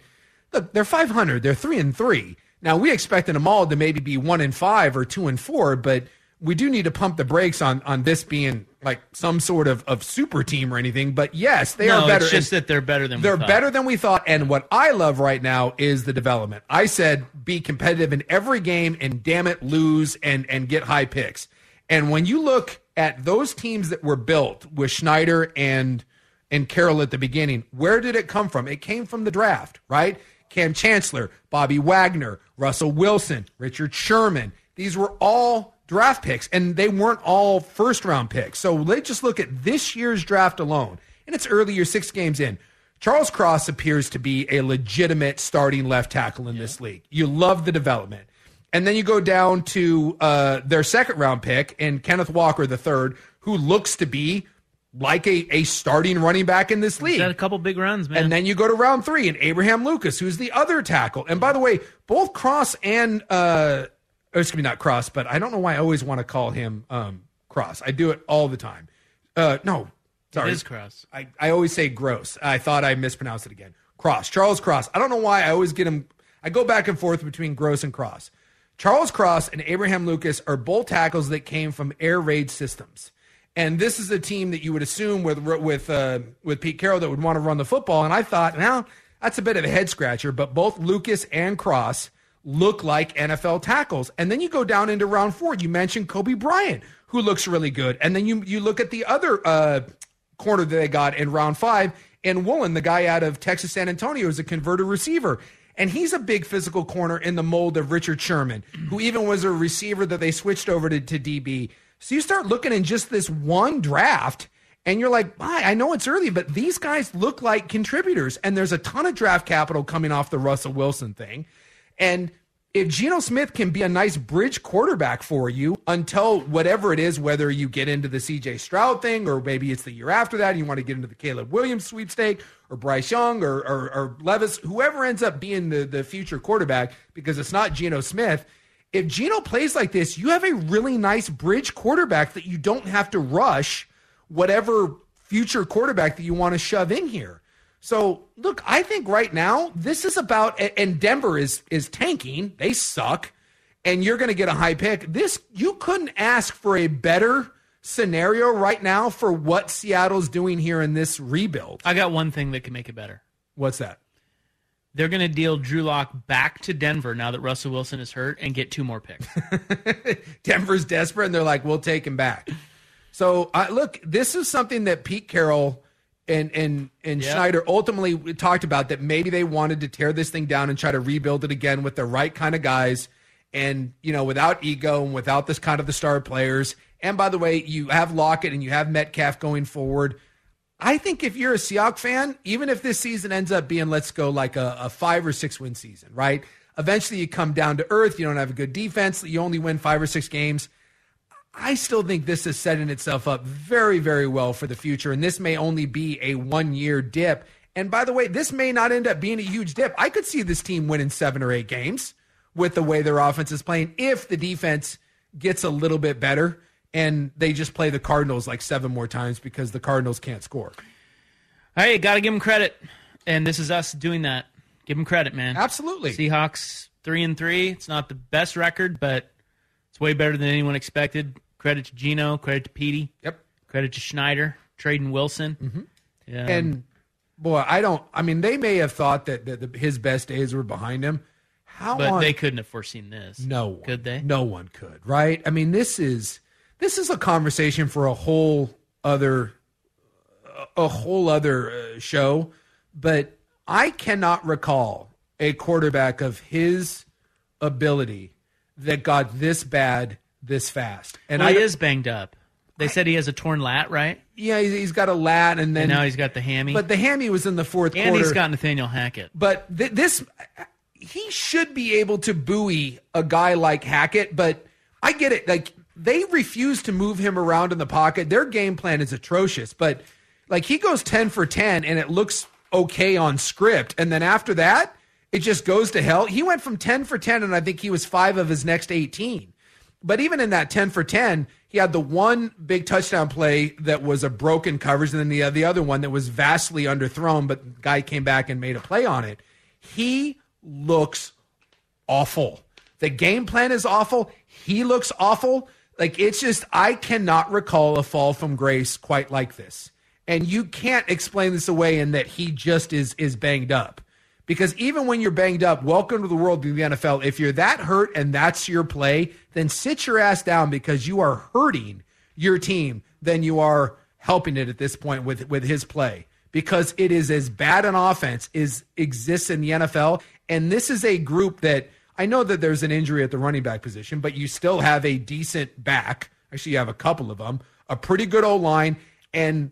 [SPEAKER 12] look, they're five hundred, they're three and three. Now we expected them all to maybe be one and five or two and four, but we do need to pump the brakes on on this being like some sort of of super team or anything. But yes, they
[SPEAKER 11] no,
[SPEAKER 12] are better.
[SPEAKER 11] It's just
[SPEAKER 12] and-
[SPEAKER 11] that they're better than we
[SPEAKER 12] they're
[SPEAKER 11] thought.
[SPEAKER 12] better than we thought. And what I love right now is the development. I said be competitive in every game and damn it, lose and and get high picks. And when you look at those teams that were built with Schneider and and Carroll at the beginning, where did it come from? It came from the draft, right? Cam Chancellor, Bobby Wagner, Russell Wilson, Richard Sherman. These were all draft picks, and they weren't all first round picks. So let's just look at this year's draft alone. And it's early, you're six games in. Charles Cross appears to be a legitimate starting left tackle in this league. You love the development. And then you go down to uh, their second round pick and Kenneth Walker, the third, who looks to be like a, a starting running back in this league.
[SPEAKER 11] He's had a couple big runs, man.
[SPEAKER 12] And then you go to round three and Abraham Lucas, who's the other tackle. And by the way, both Cross and uh, or excuse me, not Cross, but I don't know why I always want to call him um, Cross. I do it all the time. Uh, no,
[SPEAKER 11] Sorry. It is Cross.
[SPEAKER 12] I, I always say gross. I thought I mispronounced it again. Cross. Charles Cross. I don't know why I always get him. I go back and forth between gross and cross. Charles Cross and Abraham Lucas are both tackles that came from air raid systems. And this is a team that you would assume with with uh, with Pete Carroll that would want to run the football. And I thought, now that's a bit of a head scratcher. But both Lucas and Cross look like NFL tackles. And then you go down into round four. You mentioned Kobe Bryant, who looks really good. And then you you look at the other uh, corner that they got in round five, and Woolen, the guy out of Texas San Antonio, is a converted receiver. And he's a big physical corner in the mold of Richard Sherman, who even was a receiver that they switched over to, to DB. So you start looking in just this one draft, and you're like, Why? I know it's early, but these guys look like contributors. And there's a ton of draft capital coming off the Russell Wilson thing. And if Geno Smith can be a nice bridge quarterback for you until whatever it is, whether you get into the CJ Stroud thing or maybe it's the year after that, and you want to get into the Caleb Williams sweepstake or Bryce Young or, or, or Levis, whoever ends up being the, the future quarterback, because it's not Geno Smith. If Geno plays like this, you have a really nice bridge quarterback that you don't have to rush whatever future quarterback that you want to shove in here. So look, I think right now this is about and Denver is is tanking. They suck, and you're going to get a high pick. This you couldn't ask for a better scenario right now for what Seattle's doing here in this rebuild.
[SPEAKER 11] I got one thing that can make it better.
[SPEAKER 12] What's that?
[SPEAKER 11] They're going to deal Drew Lock back to Denver now that Russell Wilson is hurt and get two more picks.
[SPEAKER 12] Denver's desperate and they're like, we'll take him back. So uh, look, this is something that Pete Carroll and and and yep. Schneider ultimately talked about that maybe they wanted to tear this thing down and try to rebuild it again with the right kind of guys and you know without ego and without this kind of the star players and by the way you have Lockett and you have Metcalf going forward I think if you're a Seahawks fan even if this season ends up being let's go like a, a five or six win season right eventually you come down to earth you don't have a good defense you only win five or six games I still think this is setting itself up very, very well for the future. And this may only be a one year dip. And by the way, this may not end up being a huge dip. I could see this team winning seven or eight games with the way their offense is playing if the defense gets a little bit better and they just play the Cardinals like seven more times because the Cardinals can't score.
[SPEAKER 11] Hey, right, got to give them credit. And this is us doing that. Give them credit, man.
[SPEAKER 12] Absolutely.
[SPEAKER 11] Seahawks three and three. It's not the best record, but it's way better than anyone expected. Credit to Gino. Credit to Petey.
[SPEAKER 12] Yep.
[SPEAKER 11] Credit to Schneider. Traden Wilson.
[SPEAKER 12] Mm-hmm. Yeah. And boy, I don't. I mean, they may have thought that, that the, his best days were behind him. How?
[SPEAKER 11] But
[SPEAKER 12] on,
[SPEAKER 11] they couldn't have foreseen this.
[SPEAKER 12] No. One,
[SPEAKER 11] could they?
[SPEAKER 12] No one could. Right. I mean, this is this is a conversation for a whole other a whole other uh, show. But I cannot recall a quarterback of his ability that got this bad this fast.
[SPEAKER 11] And well, he I, is banged up. They I, said he has a torn lat, right?
[SPEAKER 12] Yeah, he's, he's got a lat, and then
[SPEAKER 11] and now he's got the hammy.
[SPEAKER 12] But the hammy was in the fourth
[SPEAKER 11] and
[SPEAKER 12] quarter.
[SPEAKER 11] And he's got Nathaniel Hackett.
[SPEAKER 12] But th- this, he should be able to buoy a guy like Hackett. But I get it. Like they refuse to move him around in the pocket. Their game plan is atrocious. But like he goes ten for ten, and it looks okay on script. And then after that, it just goes to hell. He went from ten for ten, and I think he was five of his next eighteen. But even in that 10 for 10, he had the one big touchdown play that was a broken coverage, and then the, the other one that was vastly underthrown, but guy came back and made a play on it. He looks awful. The game plan is awful. He looks awful. Like, it's just, I cannot recall a fall from grace quite like this. And you can't explain this away in that he just is is banged up. Because even when you're banged up, welcome to the world of the NFL. If you're that hurt and that's your play, then sit your ass down because you are hurting your team than you are helping it at this point with, with his play. Because it is as bad an offense is exists in the NFL. And this is a group that I know that there's an injury at the running back position, but you still have a decent back. Actually, you have a couple of them, a pretty good O line, and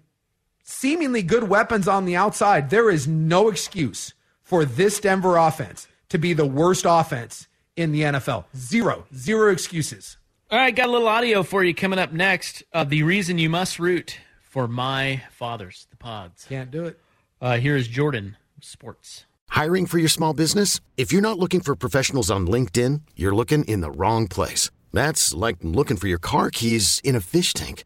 [SPEAKER 12] seemingly good weapons on the outside. There is no excuse for this Denver offense to be the worst offense in the NFL. Zero, zero excuses.
[SPEAKER 11] All right, got a little audio for you coming up next. Uh, the reason you must root for my fathers, the pods.
[SPEAKER 12] Can't do it.
[SPEAKER 11] Uh, here is Jordan Sports.
[SPEAKER 2] Hiring for your small business? If you're not looking for professionals on LinkedIn, you're looking in the wrong place. That's like looking for your car keys in a fish tank.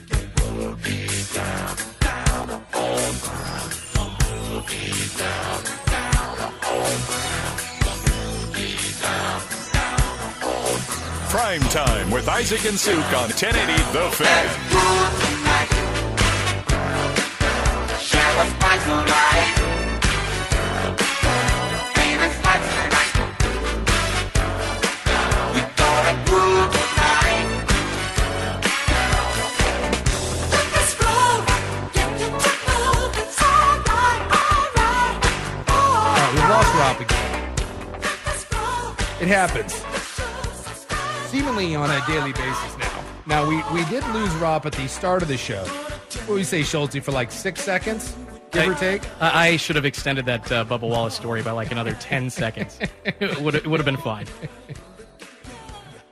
[SPEAKER 5] Prime time with Isaac and Suk on 1080 The Fan.
[SPEAKER 12] It happens. Seemingly on a daily basis now. Now, we, we did lose Rob at the start of the show. What we say, Schulte, for like six seconds, give
[SPEAKER 13] I,
[SPEAKER 12] or take?
[SPEAKER 13] I, I should have extended that uh, Bubba Wallace story by like another 10 seconds. it would have been fine.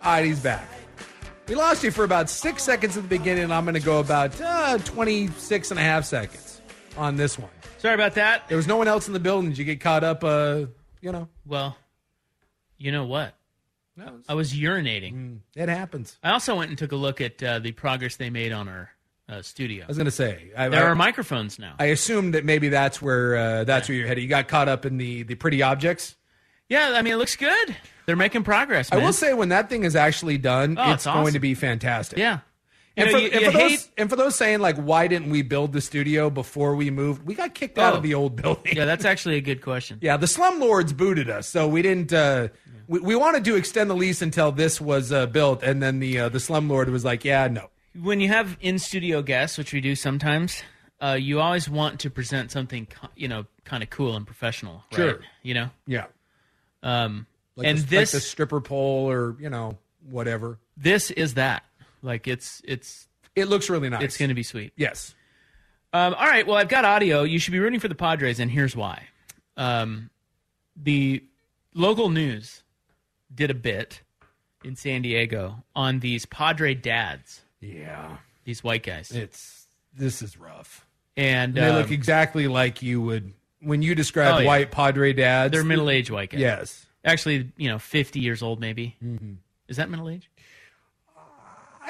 [SPEAKER 12] All right, he's back. We lost you for about six seconds at the beginning, and I'm going to go about uh, 26 and a half seconds on this one.
[SPEAKER 11] Sorry about that.
[SPEAKER 12] There was no one else in the building. Did you get caught up, uh, you know?
[SPEAKER 11] Well, you know what? No, I was urinating. Mm,
[SPEAKER 12] it happens.
[SPEAKER 11] I also went and took a look at uh, the progress they made on our uh, studio.
[SPEAKER 12] I was going to say
[SPEAKER 11] I, there I, are microphones now.
[SPEAKER 12] I assume that maybe that's where uh, that's yeah. where you're headed. You got caught up in the the pretty objects.
[SPEAKER 11] Yeah, I mean it looks good. They're making progress. Man.
[SPEAKER 12] I will say when that thing is actually done, oh, it's, it's awesome. going to be fantastic.
[SPEAKER 11] Yeah.
[SPEAKER 12] You and, know, for, you, and you for hate... those, and for those saying like, why didn't we build the studio before we moved? We got kicked oh. out of the old building.
[SPEAKER 11] yeah, that's actually a good question.
[SPEAKER 12] yeah, the slumlords booted us, so we didn't. Uh, yeah. we, we, wanted to extend the lease until this was uh, built, and then the uh, the slumlord was like, yeah, no.
[SPEAKER 11] When you have in studio guests, which we do sometimes, uh, you always want to present something you know kind of cool and professional, right?
[SPEAKER 12] Sure.
[SPEAKER 11] You know.
[SPEAKER 12] Yeah.
[SPEAKER 11] Um,
[SPEAKER 12] like
[SPEAKER 11] and
[SPEAKER 12] the,
[SPEAKER 11] this
[SPEAKER 12] like the stripper pole, or you know, whatever.
[SPEAKER 11] This is that. Like it's it's
[SPEAKER 12] it looks really nice.
[SPEAKER 11] It's going to be sweet.
[SPEAKER 12] Yes.
[SPEAKER 11] Um, all right. Well, I've got audio. You should be rooting for the Padres, and here's why. Um, the local news did a bit in San Diego on these Padre dads.
[SPEAKER 12] Yeah.
[SPEAKER 11] These white guys.
[SPEAKER 12] It's this is rough.
[SPEAKER 11] And,
[SPEAKER 12] and they um, look exactly like you would when you describe oh, white yeah. Padre dads.
[SPEAKER 11] They're middle aged white guys.
[SPEAKER 12] Yes.
[SPEAKER 11] Actually, you know, fifty years old maybe. Mm-hmm. Is that middle age?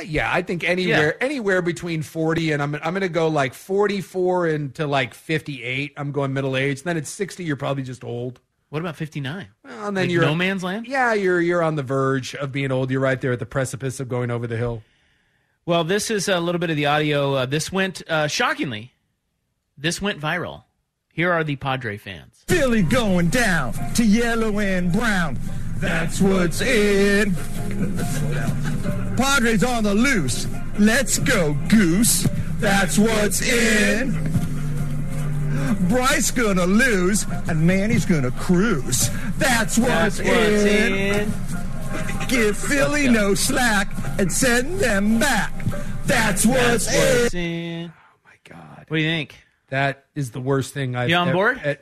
[SPEAKER 12] yeah, I think anywhere yeah. anywhere between 40 and I'm I'm going to go like 44 into like 58. I'm going middle age. Then at 60 you're probably just old.
[SPEAKER 11] What about 59?
[SPEAKER 12] Well, and then
[SPEAKER 11] like
[SPEAKER 12] you're
[SPEAKER 11] no man's land?
[SPEAKER 12] Yeah, you're you're on the verge of being old. You're right there at the precipice of going over the hill.
[SPEAKER 11] Well, this is a little bit of the audio. Uh, this went uh, shockingly. This went viral. Here are the Padre fans.
[SPEAKER 21] Philly going down to yellow and brown. That's what's in. Padres on the loose. Let's go, Goose. That's what's in. Bryce gonna lose, and Manny's gonna cruise. That's what's,
[SPEAKER 11] That's what's in.
[SPEAKER 21] Give Philly no slack and send them back. That's what's, in.
[SPEAKER 11] in. What do you think?
[SPEAKER 12] That is the worst thing I've
[SPEAKER 11] You on
[SPEAKER 12] ev-
[SPEAKER 11] board?
[SPEAKER 12] at-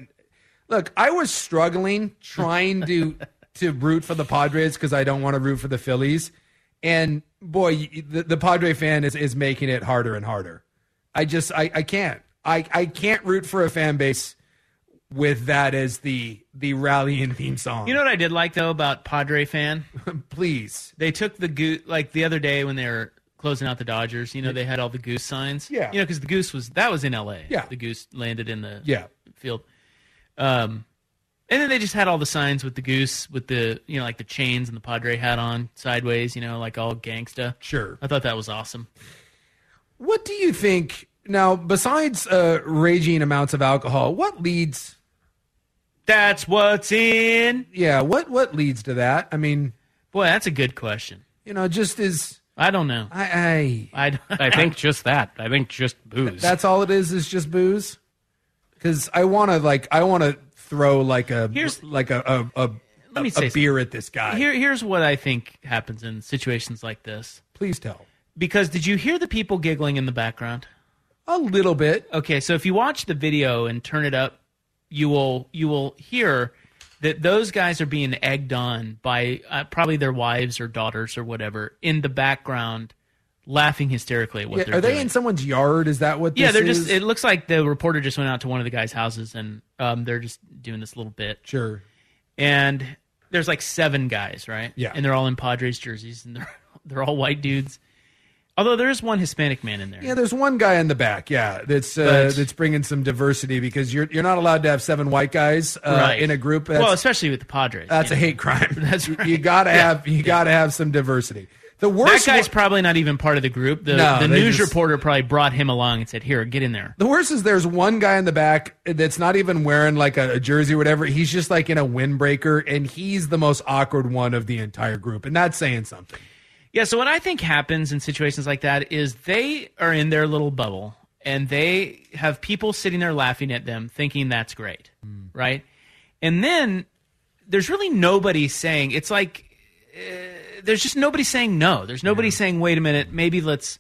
[SPEAKER 12] look, I was struggling trying to to root for the Padres because I don't want to root for the Phillies, and boy, y- the, the Padre fan is is making it harder and harder. I just I I can't I I can't root for a fan base with that as the the rallying theme song.
[SPEAKER 11] You know what I did like though about Padre fan?
[SPEAKER 12] Please.
[SPEAKER 11] They took the goose like the other day when they were closing out the Dodgers, you know, they had all the goose signs.
[SPEAKER 12] Yeah.
[SPEAKER 11] You know, because the goose was that was in LA.
[SPEAKER 12] Yeah.
[SPEAKER 11] The goose landed in the
[SPEAKER 12] Yeah.
[SPEAKER 11] field. Um and then they just had all the signs with the goose with the you know, like the chains and the Padre hat on sideways, you know, like all gangsta.
[SPEAKER 12] Sure.
[SPEAKER 11] I thought that was awesome.
[SPEAKER 12] What do you think now? Besides uh, raging amounts of alcohol, what leads?
[SPEAKER 11] That's what's in.
[SPEAKER 12] Yeah, what what leads to that? I mean,
[SPEAKER 11] boy, that's a good question.
[SPEAKER 12] You know, just is
[SPEAKER 11] I don't know.
[SPEAKER 12] I
[SPEAKER 11] I,
[SPEAKER 13] I think just that. I think just booze.
[SPEAKER 12] that's all it is is just booze. Because I want to like I want to throw like a
[SPEAKER 11] Here's-
[SPEAKER 12] like a a, a,
[SPEAKER 11] Let me
[SPEAKER 12] a
[SPEAKER 11] say
[SPEAKER 12] beer
[SPEAKER 11] something.
[SPEAKER 12] at this guy.
[SPEAKER 11] Here, here's what I think happens in situations like this.
[SPEAKER 12] Please tell.
[SPEAKER 11] Because did you hear the people giggling in the background?
[SPEAKER 12] A little bit.
[SPEAKER 11] Okay, so if you watch the video and turn it up, you will you will hear that those guys are being egged on by uh, probably their wives or daughters or whatever in the background, laughing hysterically at what
[SPEAKER 12] Yeah,
[SPEAKER 11] they're
[SPEAKER 12] are they
[SPEAKER 11] doing.
[SPEAKER 12] in someone's yard? Is that what?
[SPEAKER 11] yeah,
[SPEAKER 12] this
[SPEAKER 11] they're just.
[SPEAKER 12] is?
[SPEAKER 11] It looks like the reporter just went out to one of the guys' houses and um, they're just doing this little bit.
[SPEAKER 12] Sure.
[SPEAKER 11] And there's like seven guys, right?
[SPEAKER 12] Yeah.
[SPEAKER 11] And they're all in Padres jerseys and they're they're all white dudes. Although there is one Hispanic man in there.
[SPEAKER 12] Yeah, there's one guy in the back. Yeah, that's uh,
[SPEAKER 11] But-
[SPEAKER 12] that's bringing some diversity because you're you're not allowed to have seven white guys uh,
[SPEAKER 11] Right.
[SPEAKER 12] in a group. That's,
[SPEAKER 11] well, especially with the Padres.
[SPEAKER 12] that's
[SPEAKER 11] you
[SPEAKER 12] a
[SPEAKER 11] know.
[SPEAKER 12] hate crime.
[SPEAKER 11] That's right.
[SPEAKER 12] You gotta
[SPEAKER 11] Yeah.
[SPEAKER 12] have you gotta have some diversity. The
[SPEAKER 11] That
[SPEAKER 12] worst
[SPEAKER 11] guy's
[SPEAKER 12] one-
[SPEAKER 11] probably not even part of the group. The,
[SPEAKER 12] No,
[SPEAKER 11] the
[SPEAKER 12] they
[SPEAKER 11] news
[SPEAKER 12] just-
[SPEAKER 11] reporter probably brought him along and said, "Here, get in there."
[SPEAKER 12] The worst is there's one guy in the back that's not even wearing like a, a jersey or whatever. He's just like in a windbreaker, and he's the most awkward one of the entire group, and that's saying something.
[SPEAKER 11] Yeah, so what I think happens in situations like that is they are in their little bubble and they have people sitting there laughing at them thinking that's great,
[SPEAKER 12] Hmm.
[SPEAKER 11] right? And then there's really nobody saying it's like uh, there's just nobody saying no. There's nobody saying wait a minute, maybe let's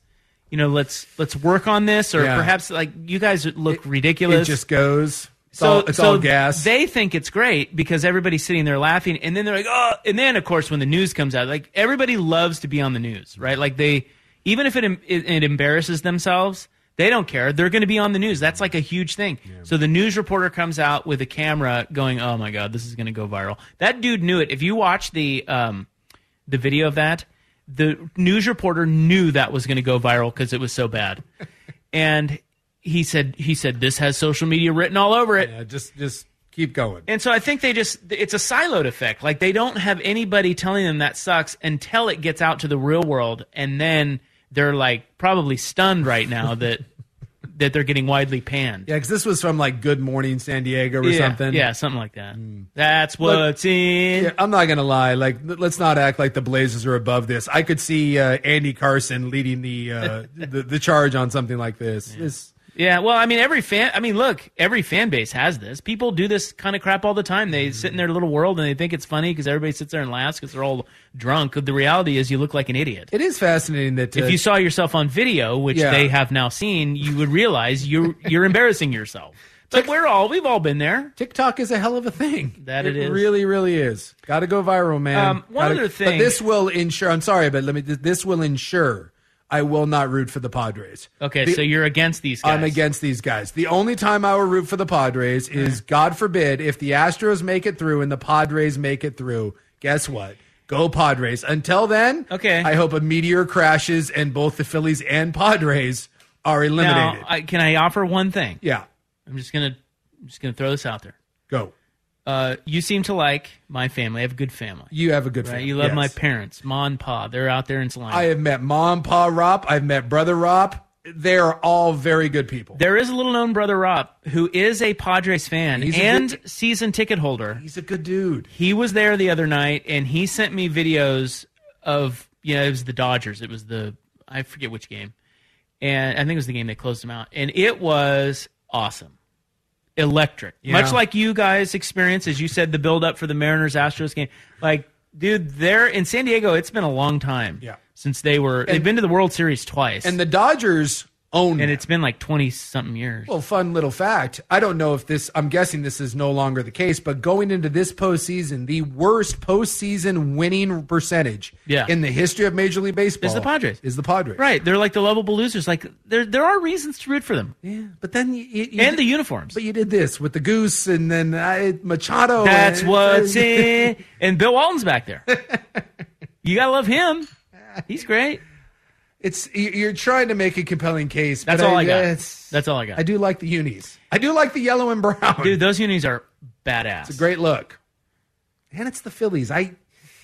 [SPEAKER 11] you know, let's let's work on this or
[SPEAKER 12] Yeah.
[SPEAKER 11] perhaps like you guys look
[SPEAKER 12] It
[SPEAKER 11] ridiculous.
[SPEAKER 12] just goes. It's all, it's all gas.
[SPEAKER 11] They think it's great because everybody's sitting there laughing, and then they're like, "Oh!" And then, of course, when the news comes out, like everybody loves to be on the news, right? Like they, even if it em- it, it embarrasses themselves, they don't care. They're going to be on the news. That's like a huge thing. So the news reporter comes out with a camera, going, "Oh my god, this is going to go viral." That dude knew it. If you watch the um, the video of that, the news reporter knew that was going to go viral because it was so bad, and. He said. He said this has social media written all over it.
[SPEAKER 12] yeah, just just keep going.
[SPEAKER 11] And so I think they just, it's a siloed effect. Like they don't have anybody telling them that sucks until it gets out to the real world. And then they're like probably stunned right now that, that they're getting widely panned.
[SPEAKER 12] Yeah, because this was from like Good Morning San Diego or
[SPEAKER 11] yeah,
[SPEAKER 12] something. Hmm.
[SPEAKER 11] yeah, something like that. That's what's in.
[SPEAKER 12] Yeah, I'm not gonna lie. Like, l- let's not act like the Blazers are above this. I could see uh, Andy Carson leading the, uh, the the charge on something like this. This
[SPEAKER 11] Yeah, well, I mean, every fan, I mean, look, every fan base has this. People do this kind of crap all the time. They sit
[SPEAKER 12] Hmm.
[SPEAKER 11] in their little world and they think it's funny because everybody sits there and laughs because they're all drunk. The reality is you look like an idiot.
[SPEAKER 12] it is fascinating that uh,
[SPEAKER 11] if you saw yourself on video, which
[SPEAKER 12] Yeah.
[SPEAKER 11] they have now seen, you would realize you're you're embarrassing yourself. But we're all we've all been there.
[SPEAKER 12] TikTok is a hell of a thing.
[SPEAKER 11] That it is.
[SPEAKER 12] really, really is. Got to go viral, man.
[SPEAKER 11] Um, one
[SPEAKER 12] Gotta-
[SPEAKER 11] other thing-
[SPEAKER 12] But this will ensure. I'm sorry, but let me. This will ensure I will not root for the Padres.
[SPEAKER 11] Okay,
[SPEAKER 12] The-
[SPEAKER 11] so you're against these guys.
[SPEAKER 12] I'm against these guys. The only time I will root for the Padres is, God forbid, if the Astros make it through and the Padres make it through. Guess what? Go Padres. Until then,
[SPEAKER 11] Okay.
[SPEAKER 12] I hope a meteor crashes and both the Phillies and Padres are eliminated.
[SPEAKER 11] Now, I, can I offer one thing?
[SPEAKER 12] yeah,
[SPEAKER 11] I'm just gonna I'm just gonna throw this out there.
[SPEAKER 12] go.
[SPEAKER 11] Uh, you seem to like my family. I have a good family.
[SPEAKER 12] You have a good.
[SPEAKER 11] Right?
[SPEAKER 12] family.
[SPEAKER 11] You love
[SPEAKER 12] Yes.
[SPEAKER 11] my parents, Ma and Pa. They're out there in Salina.
[SPEAKER 12] I have met mom, pa, Rop. I've met brother Rop. They are all very good people.
[SPEAKER 11] there is a little known brother Rob who is a Padres fan
[SPEAKER 12] He's a
[SPEAKER 11] and
[SPEAKER 12] good-
[SPEAKER 11] season ticket holder.
[SPEAKER 12] He's a good dude.
[SPEAKER 11] he was there the other night and he sent me videos of you know it was the dodgers it was the i forget which game and i think it was the game they closed him out and it was awesome electric.
[SPEAKER 12] Yeah.
[SPEAKER 11] Much like you guys experience, as you said, the build up for the Mariners Astros game. Like, dude, they're in San Diego. It's been a long time
[SPEAKER 12] Yeah.
[SPEAKER 11] since they were. they've been to the World Series twice,
[SPEAKER 12] And the Dodgers own
[SPEAKER 11] and it's been like twenty something years.
[SPEAKER 12] Well, fun little fact. I don't know if this, I'm guessing this is no longer the case, but going into this postseason, the worst postseason winning percentage
[SPEAKER 11] Yeah.
[SPEAKER 12] in the history of Major League Baseball
[SPEAKER 11] Is the Padres.
[SPEAKER 12] Is the Padres.
[SPEAKER 11] Right, they're like the lovable losers. Like there, there are reasons to root for them.
[SPEAKER 12] Yeah, but then you, you, you
[SPEAKER 11] and
[SPEAKER 12] did-
[SPEAKER 11] the uniforms.
[SPEAKER 12] But you did this with the goose and then I, Machado.
[SPEAKER 11] That's
[SPEAKER 12] and-
[SPEAKER 11] what's in. And Bill Walton's back there. You gotta love him. He's great.
[SPEAKER 12] It's you- you're trying to make a compelling case.
[SPEAKER 11] That's
[SPEAKER 12] but
[SPEAKER 11] all I got.
[SPEAKER 12] it's-
[SPEAKER 11] That's all I got.
[SPEAKER 12] I do like the unis. I do like the yellow and brown.
[SPEAKER 11] Dude, those unis are badass.
[SPEAKER 12] It's a great look. And it's the Phillies. I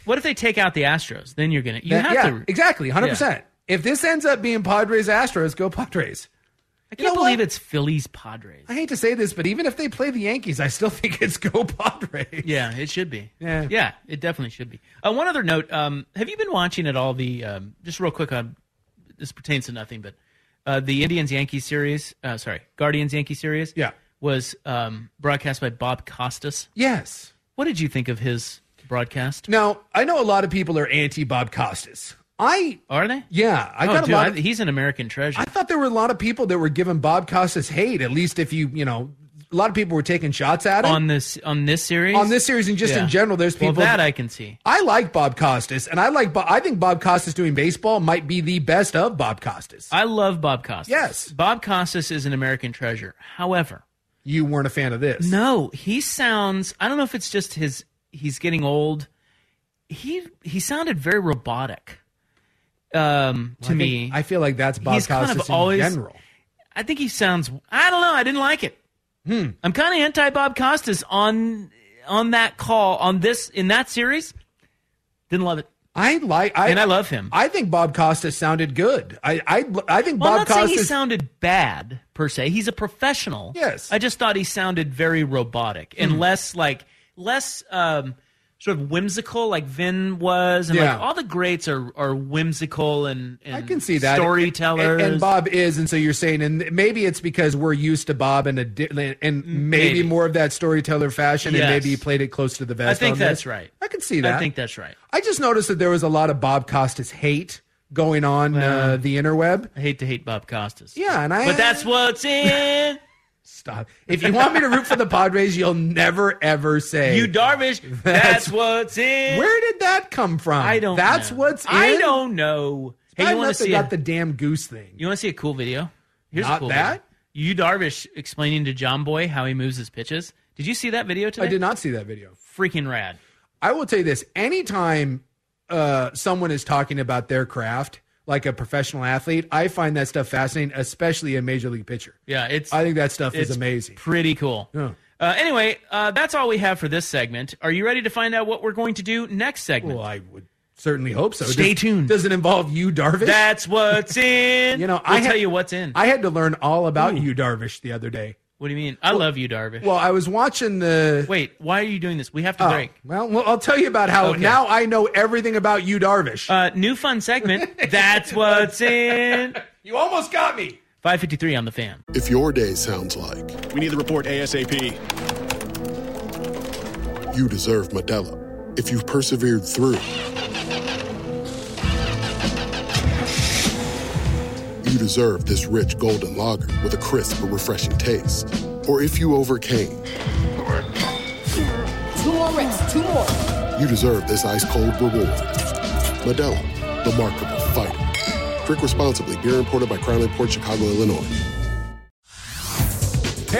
[SPEAKER 11] What if they take out the Astros? Then you're gonna. You
[SPEAKER 12] that-
[SPEAKER 11] have
[SPEAKER 12] yeah,
[SPEAKER 11] to.
[SPEAKER 12] exactly 100. percent If this ends up being Padres Astros, go Padres.
[SPEAKER 11] I
[SPEAKER 12] You know
[SPEAKER 11] can't believe
[SPEAKER 12] what?
[SPEAKER 11] it's Phillies Padres.
[SPEAKER 12] I hate to say this, but even if they play the Yankees, I still think it's go Padres.
[SPEAKER 11] Yeah, it should be.
[SPEAKER 12] Yeah.
[SPEAKER 11] yeah, it definitely should be. Uh, one other note: um, Have you been watching at all the? Um, just real quick on this pertains to nothing, but uh, the Indians Yankees series. Uh, sorry, Guardians Yankees series.
[SPEAKER 12] Yeah.
[SPEAKER 11] was um, broadcast by Bob Costas.
[SPEAKER 12] Yes.
[SPEAKER 11] What did you think of his broadcast?
[SPEAKER 12] Now I know a lot of people are anti Bob Costas. I
[SPEAKER 11] Are they?
[SPEAKER 12] yeah, I
[SPEAKER 11] Oh,
[SPEAKER 12] got
[SPEAKER 11] dude,
[SPEAKER 12] a lot. Of,
[SPEAKER 11] I- he's an American treasure.
[SPEAKER 12] I thought there were a lot of people that were giving Bob Costas hate. At least if you you know, a lot of people were taking shots at him
[SPEAKER 11] on this on this series.
[SPEAKER 12] On this series and just in general, there's
[SPEAKER 11] Well,
[SPEAKER 12] people-
[SPEAKER 11] that I can see.
[SPEAKER 12] I like Bob Costas, and I like. Bo- I think Bob Costas doing baseball might be the best of Bob Costas.
[SPEAKER 11] I love Bob Costas.
[SPEAKER 12] Yes.
[SPEAKER 11] Bob Costas is an American treasure. However,
[SPEAKER 12] You weren't a fan of this.
[SPEAKER 11] no, he sounds. I don't know if it's just his. He's getting old. He he sounded very robotic. Um, to
[SPEAKER 12] I think-
[SPEAKER 11] me,
[SPEAKER 12] I feel like that's Bob
[SPEAKER 11] he's kind
[SPEAKER 12] Costas
[SPEAKER 11] of
[SPEAKER 12] in
[SPEAKER 11] always-
[SPEAKER 12] general.
[SPEAKER 11] I think he sounds. I don't know. I didn't like it.
[SPEAKER 12] Hmm.
[SPEAKER 11] I'm kind of anti Bob Costas on on that call on this in that series. Didn't love it.
[SPEAKER 12] I like. I,
[SPEAKER 11] And I love him.
[SPEAKER 12] I think Bob Costas sounded good. I I, I think
[SPEAKER 11] Well,
[SPEAKER 12] Bob
[SPEAKER 11] I'm not saying he
[SPEAKER 12] Costas.
[SPEAKER 11] sounded bad per se. He's a professional.
[SPEAKER 12] Yes. Hmm.
[SPEAKER 11] I just thought he sounded very robotic and less like less um, sort of whimsical, like Vin was, and
[SPEAKER 12] Yeah.
[SPEAKER 11] like all the greats are are whimsical and, and
[SPEAKER 12] I can see that
[SPEAKER 11] storytellers.
[SPEAKER 12] and, and Bob is, and so you're saying, and maybe it's because we're used to Bob in a di- and maybe,
[SPEAKER 11] Mm, Maybe.
[SPEAKER 12] more of that storyteller fashion,
[SPEAKER 11] Yes.
[SPEAKER 12] and maybe he played it close to the vest.
[SPEAKER 11] I think
[SPEAKER 12] on this.
[SPEAKER 11] that's right.
[SPEAKER 12] I can see that.
[SPEAKER 11] I think that's right.
[SPEAKER 12] I just noticed that there was a lot of Bob Costas hate going on uh, the interweb.
[SPEAKER 11] I hate to hate Bob Costas.
[SPEAKER 12] Yeah, and I
[SPEAKER 11] But that's what's in
[SPEAKER 12] stop. If you want me to root for the Padres, you'll never ever say
[SPEAKER 11] you, Darvish. That's, what's in.
[SPEAKER 12] Where did that come from?
[SPEAKER 11] I don't.
[SPEAKER 12] That's
[SPEAKER 11] know.
[SPEAKER 12] what's. In?
[SPEAKER 11] I don't know. Hey,
[SPEAKER 12] I
[SPEAKER 11] you want to see a-
[SPEAKER 12] got the damn goose thing.
[SPEAKER 11] You want to see a cool video? Here's
[SPEAKER 12] Not
[SPEAKER 11] a cool
[SPEAKER 12] that?
[SPEAKER 11] Video. You Darvish explaining to John Boy how he moves his pitches. Did you see that video today?
[SPEAKER 12] I did not see that video.
[SPEAKER 11] Freaking rad.
[SPEAKER 12] I will tell you this: anytime uh, someone is talking about their craft, like a professional athlete, I find that stuff fascinating, especially a major league pitcher.
[SPEAKER 11] Yeah, it's
[SPEAKER 12] I think that stuff
[SPEAKER 11] it's
[SPEAKER 12] is amazing.
[SPEAKER 11] Pretty cool.
[SPEAKER 12] Yeah.
[SPEAKER 11] Uh, anyway, uh, that's all we have for this segment. Are you ready to find out what we're going to do next segment?
[SPEAKER 12] Well, I would certainly hope so.
[SPEAKER 11] Stay
[SPEAKER 12] Does-
[SPEAKER 11] tuned.
[SPEAKER 12] Does it involve you, Darvish?
[SPEAKER 11] that's what's in.
[SPEAKER 12] You know,
[SPEAKER 11] I'll
[SPEAKER 12] I had-
[SPEAKER 11] tell you what's in.
[SPEAKER 12] I had to learn all about you, Darvish, the other day.
[SPEAKER 11] what do you mean? I love you, Darvish.
[SPEAKER 12] Well, I was watching the.
[SPEAKER 11] Wait, why are you doing this? We have to
[SPEAKER 12] Oh,
[SPEAKER 11] break.
[SPEAKER 12] well, well, I'll tell you about how
[SPEAKER 11] Okay.
[SPEAKER 12] now I know everything about you, Darvish.
[SPEAKER 11] Uh, new fun segment. that's what's in.
[SPEAKER 12] you almost got me.
[SPEAKER 11] 553 on the fan.
[SPEAKER 4] If your day sounds like
[SPEAKER 5] We need the report ASAP.
[SPEAKER 4] you deserve Medella, if you've persevered through, you deserve this rich golden lager with a crisp but refreshing taste. Or if you overcame,
[SPEAKER 18] Two more reps, two more.
[SPEAKER 4] you deserve this ice cold reward. Medella, the mark of a fighter. Drink responsibly. Beer imported by Crown Port Chicago, Illinois.
[SPEAKER 6] Hey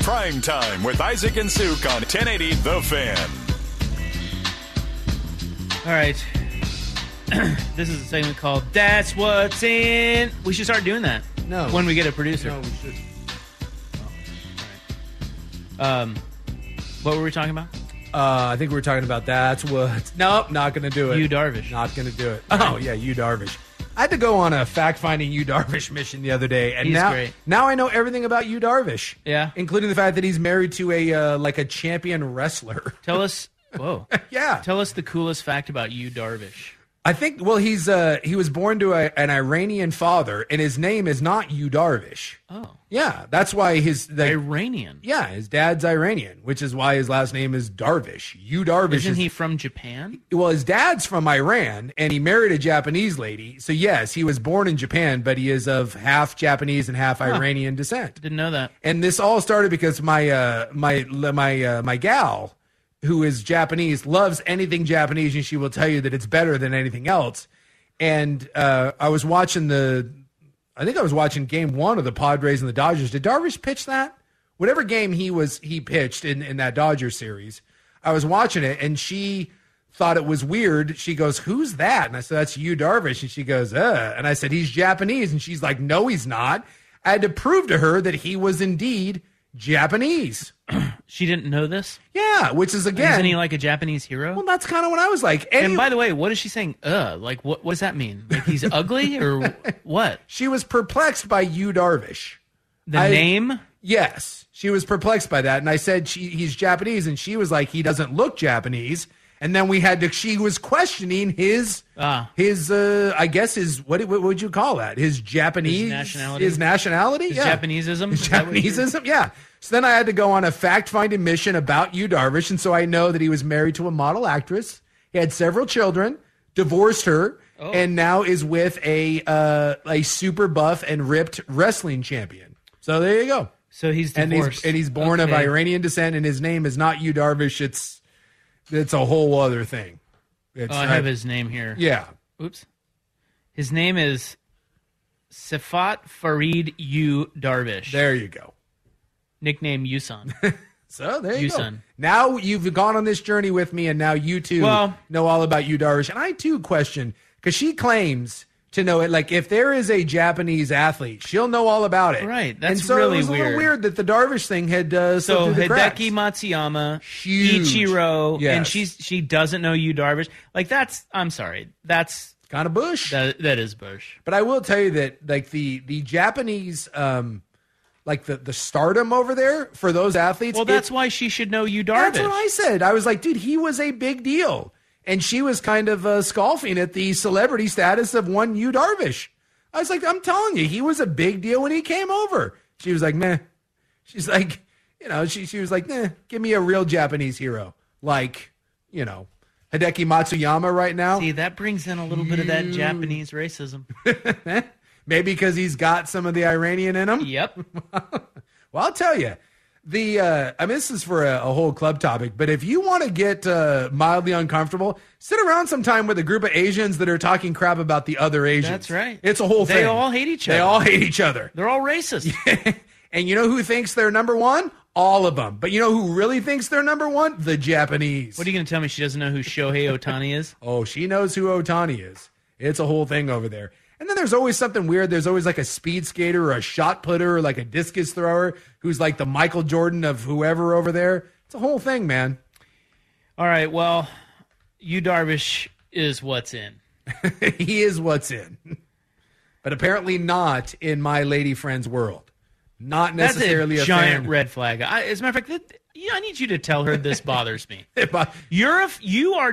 [SPEAKER 5] Prime time with Isaac and Suk on 1080 The Fan.
[SPEAKER 11] All right. this is a segment called That's What's In. We should start doing that.
[SPEAKER 12] No.
[SPEAKER 11] When we get a producer.
[SPEAKER 12] No, we should.
[SPEAKER 11] Um, what were we talking about?
[SPEAKER 12] Uh, I think we were talking about that's what. Nope, not going to do it.
[SPEAKER 11] You Darvish.
[SPEAKER 12] Not going to do it. Oh yeah, you Darvish. I had to go on a fact-finding you Darvish mission the other day, and
[SPEAKER 11] He's
[SPEAKER 12] now
[SPEAKER 11] great.
[SPEAKER 12] now I know everything about you Darvish.
[SPEAKER 11] Yeah.
[SPEAKER 12] including the fact that he's married to a uh, like a champion wrestler.
[SPEAKER 11] Tell us. Whoa.
[SPEAKER 12] yeah.
[SPEAKER 11] Tell us the coolest fact about you Darvish.
[SPEAKER 12] I think. Well, he's uh, he was born to a, an Iranian father, and his name is not you Darvish.
[SPEAKER 11] Oh.
[SPEAKER 12] Yeah, that's why his the,
[SPEAKER 11] Iranian.
[SPEAKER 12] Yeah, his dad's Iranian, which is why his last name is Darvish. You Darvish
[SPEAKER 11] Isn't
[SPEAKER 12] is-
[SPEAKER 11] he from Japan?
[SPEAKER 12] well, his dad's from Iran and he married a Japanese lady. So, yes, he was born in Japan, but he is of half Japanese and half Iranian descent.
[SPEAKER 11] Didn't know that.
[SPEAKER 12] And this all started because my uh, my my uh, my gal, who is Japanese, loves anything Japanese, and she will tell you that it's better than anything else. And uh, I was watching the, I think I was watching Game One of the Padres and the Dodgers. Did Darvish pitch that? Whatever game he was he pitched in in that Dodger series, I was watching it, and she thought it was weird. She goes, "Who's that?" And I said, "That's you, Darvish." And she goes, "Uh," and I said, "He's Japanese," and she's like, "No, he's not." I had to prove to her that he was indeed Japanese.
[SPEAKER 11] She didn't know this.
[SPEAKER 12] Yeah, which is again,
[SPEAKER 11] Isn't he like a Japanese hero?
[SPEAKER 12] well, that's kind of what I was like. Any-
[SPEAKER 11] and by the way, what is she saying? Uh, like what? What does that mean? Like he's ugly or what?
[SPEAKER 12] she was perplexed by you, Darvish.
[SPEAKER 11] The
[SPEAKER 12] I-
[SPEAKER 11] name?
[SPEAKER 12] Yes, she was perplexed by that, and I said she, he's Japanese, and she was like, he doesn't look Japanese. And then we had to. She was questioning his
[SPEAKER 11] Ah,
[SPEAKER 12] his uh I guess his what what would you call that? His Japanese
[SPEAKER 11] His nationality?
[SPEAKER 12] His nationality?
[SPEAKER 11] his
[SPEAKER 12] yeah.
[SPEAKER 11] Japaneseism.
[SPEAKER 12] His
[SPEAKER 11] Is that what you're-
[SPEAKER 12] Japaneseism, yeah. So then I had to go on a fact finding mission about you, Darvish, and so I know that he was married to a model actress. He had several children, divorced her,
[SPEAKER 11] Oh.
[SPEAKER 12] and now is with a uh a super buff and ripped wrestling champion. So there you go.
[SPEAKER 11] So he's
[SPEAKER 12] And
[SPEAKER 11] divorced.
[SPEAKER 12] he's and he's born of
[SPEAKER 11] Okay.
[SPEAKER 12] Iranian descent, and his name is not you, Darvish. It's it's a whole other thing. It's,
[SPEAKER 11] Oh, I
[SPEAKER 12] uh,
[SPEAKER 11] have his name here.
[SPEAKER 12] yeah.
[SPEAKER 11] Oops. His name is Sifat Farid U Darvish.
[SPEAKER 12] There you go.
[SPEAKER 11] Nickname Yusan.
[SPEAKER 12] So there you
[SPEAKER 11] You,
[SPEAKER 12] go.
[SPEAKER 11] son.
[SPEAKER 12] Now you've gone on this journey with me, and now you too
[SPEAKER 11] Well-
[SPEAKER 12] know all about you, Darvish. And I too question because she claims to know it. Like if there is a Japanese athlete, she'll know all about it.
[SPEAKER 11] Right,
[SPEAKER 12] and
[SPEAKER 11] that's
[SPEAKER 12] so
[SPEAKER 11] really
[SPEAKER 12] it was a little
[SPEAKER 11] weird.
[SPEAKER 12] weird that the Darvish thing had uh,
[SPEAKER 11] so
[SPEAKER 12] slipped through the cracks.
[SPEAKER 11] Hideki Matsuyama,
[SPEAKER 12] Huge.
[SPEAKER 11] Ichiro, and
[SPEAKER 12] Yes.
[SPEAKER 11] she's she doesn't know you Darvish. Like that's I'm sorry. That's
[SPEAKER 12] kind of bush.
[SPEAKER 11] that that is Bush.
[SPEAKER 12] But I will tell you that like the the Japanese um like the the stardom over there for those athletes.
[SPEAKER 11] Well,
[SPEAKER 12] it-
[SPEAKER 11] that's why she should know you Darvish.
[SPEAKER 12] That's what I said. I was like, dude, he was a big deal. And she was kind of uh, scoffing at the celebrity status of one you Darvish. I was like, I'm telling you, he was a big deal when he came over. She was like, meh. She's like, you know, she, she was like, nah, give me a real Japanese hero. Like, you know, Hideki Matsuyama right now.
[SPEAKER 11] See, that brings in a little bit of that Japanese racism.
[SPEAKER 12] Maybe because he's got some of the Iranian in him.
[SPEAKER 11] Yep.
[SPEAKER 12] Well, I'll tell you. The uh, I mean, this is for a, a whole club topic, but if you want to get uh, mildly uncomfortable, sit around sometime with a group of Asians that are talking crap about the other Asians.
[SPEAKER 11] That's right.
[SPEAKER 12] It's a whole
[SPEAKER 11] They
[SPEAKER 12] thing.
[SPEAKER 11] all hate each
[SPEAKER 12] They
[SPEAKER 11] other.
[SPEAKER 12] all hate each other.
[SPEAKER 11] They're all racist.
[SPEAKER 12] and you know who thinks they're number one? All of them. But you know who really thinks they're number one? The Japanese.
[SPEAKER 11] What are you going to tell me? She doesn't know who Shohei Otani is?
[SPEAKER 12] Oh, she knows who Otani is. It's a whole thing over there. And then there's always something weird. There's always like a speed skater or a shot putter or like a discus thrower who's like the Michael Jordan of whoever over there. It's a whole thing, man.
[SPEAKER 11] All right. Well, you Darvish is what's in.
[SPEAKER 12] he is what's in. But apparently not in my lady friend's world. Not
[SPEAKER 11] That's
[SPEAKER 12] necessarily
[SPEAKER 11] a,
[SPEAKER 12] a
[SPEAKER 11] giant
[SPEAKER 12] fan.
[SPEAKER 11] red flag. I, as a matter of fact, that, you know, I need you to tell her this bothers me.
[SPEAKER 12] But
[SPEAKER 11] You're a, f- you are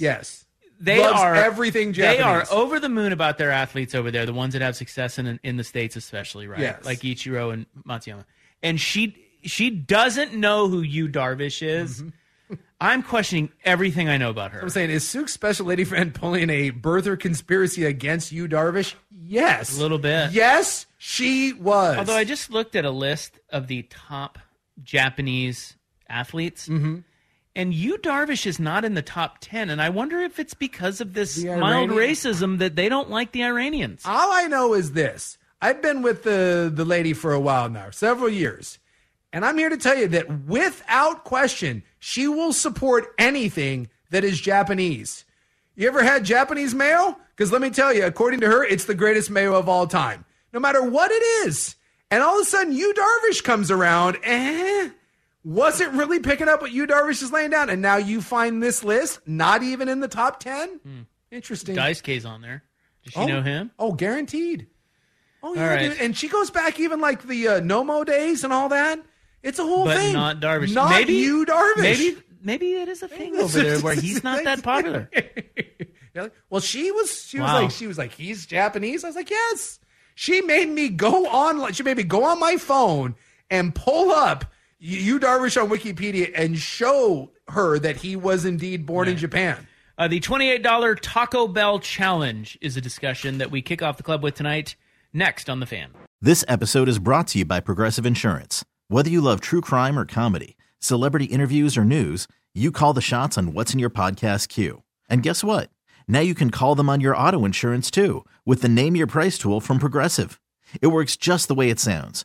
[SPEAKER 12] yes.
[SPEAKER 11] They
[SPEAKER 12] Loves
[SPEAKER 11] are
[SPEAKER 12] everything
[SPEAKER 11] They are
[SPEAKER 12] Japanese.
[SPEAKER 11] over the moon about their athletes over there, the ones that have success in in the states, especially, right?
[SPEAKER 12] Yes.
[SPEAKER 11] Like Ichiro and Matsuyama. And she she doesn't know who you Darvish is. I'm questioning everything I know about her.
[SPEAKER 12] Mm-hmm. I'm saying, is Sook's special lady friend pulling a birther conspiracy against you, Darvish? Yes.
[SPEAKER 11] A little bit.
[SPEAKER 12] Yes, she was.
[SPEAKER 11] Although I just looked at a list of the top Japanese athletes,
[SPEAKER 12] Mm-hmm.
[SPEAKER 11] and Yu Darvish is not in the top 10. And I wonder if it's because of this
[SPEAKER 12] The
[SPEAKER 11] mild
[SPEAKER 12] Iranian-
[SPEAKER 11] racism that they don't like the Iranians.
[SPEAKER 12] All I know is this. I've been with the, the lady for a while now, several years. And I'm here to tell you that without question, she will support anything that is Japanese. You ever had Japanese mayo? Because let me tell you, according to her, it's the greatest mayo of all time. no matter what it is. And all of a sudden, you Darvish comes around. Eh, wasn't really picking up what you Darvish is laying down. And now you find this list not even in the top 10. Interesting.
[SPEAKER 11] Dice K's on there. Does she
[SPEAKER 12] oh,
[SPEAKER 11] know him?
[SPEAKER 12] Oh, guaranteed. Oh, yeah,
[SPEAKER 11] All right.
[SPEAKER 12] dude. And she goes back even like the uh, Nomo days and all that. It's a whole
[SPEAKER 11] but
[SPEAKER 12] thing.
[SPEAKER 11] not Darvish.
[SPEAKER 12] Not
[SPEAKER 11] maybe
[SPEAKER 12] you, Darvish.
[SPEAKER 11] Maybe maybe it is a thing over there where he's not that popular.
[SPEAKER 12] They're like, well, she was she
[SPEAKER 11] Wow.
[SPEAKER 12] was like she was like he's Japanese. I was like, yes. She made me go on. She made me go on my phone and pull up you you Darvish on Wikipedia and show her that he was indeed born in Japan.
[SPEAKER 11] Uh, the $28 Taco Bell Challenge is a discussion that we kick off the club with tonight. Next on The Fan.
[SPEAKER 20] This episode is brought to you by Progressive Insurance. Whether you love true crime or comedy, celebrity interviews or news, you call the shots on what's in your podcast queue. And guess what? Now you can call them on your auto insurance too with the Name Your Price tool from Progressive. It works just the way it sounds.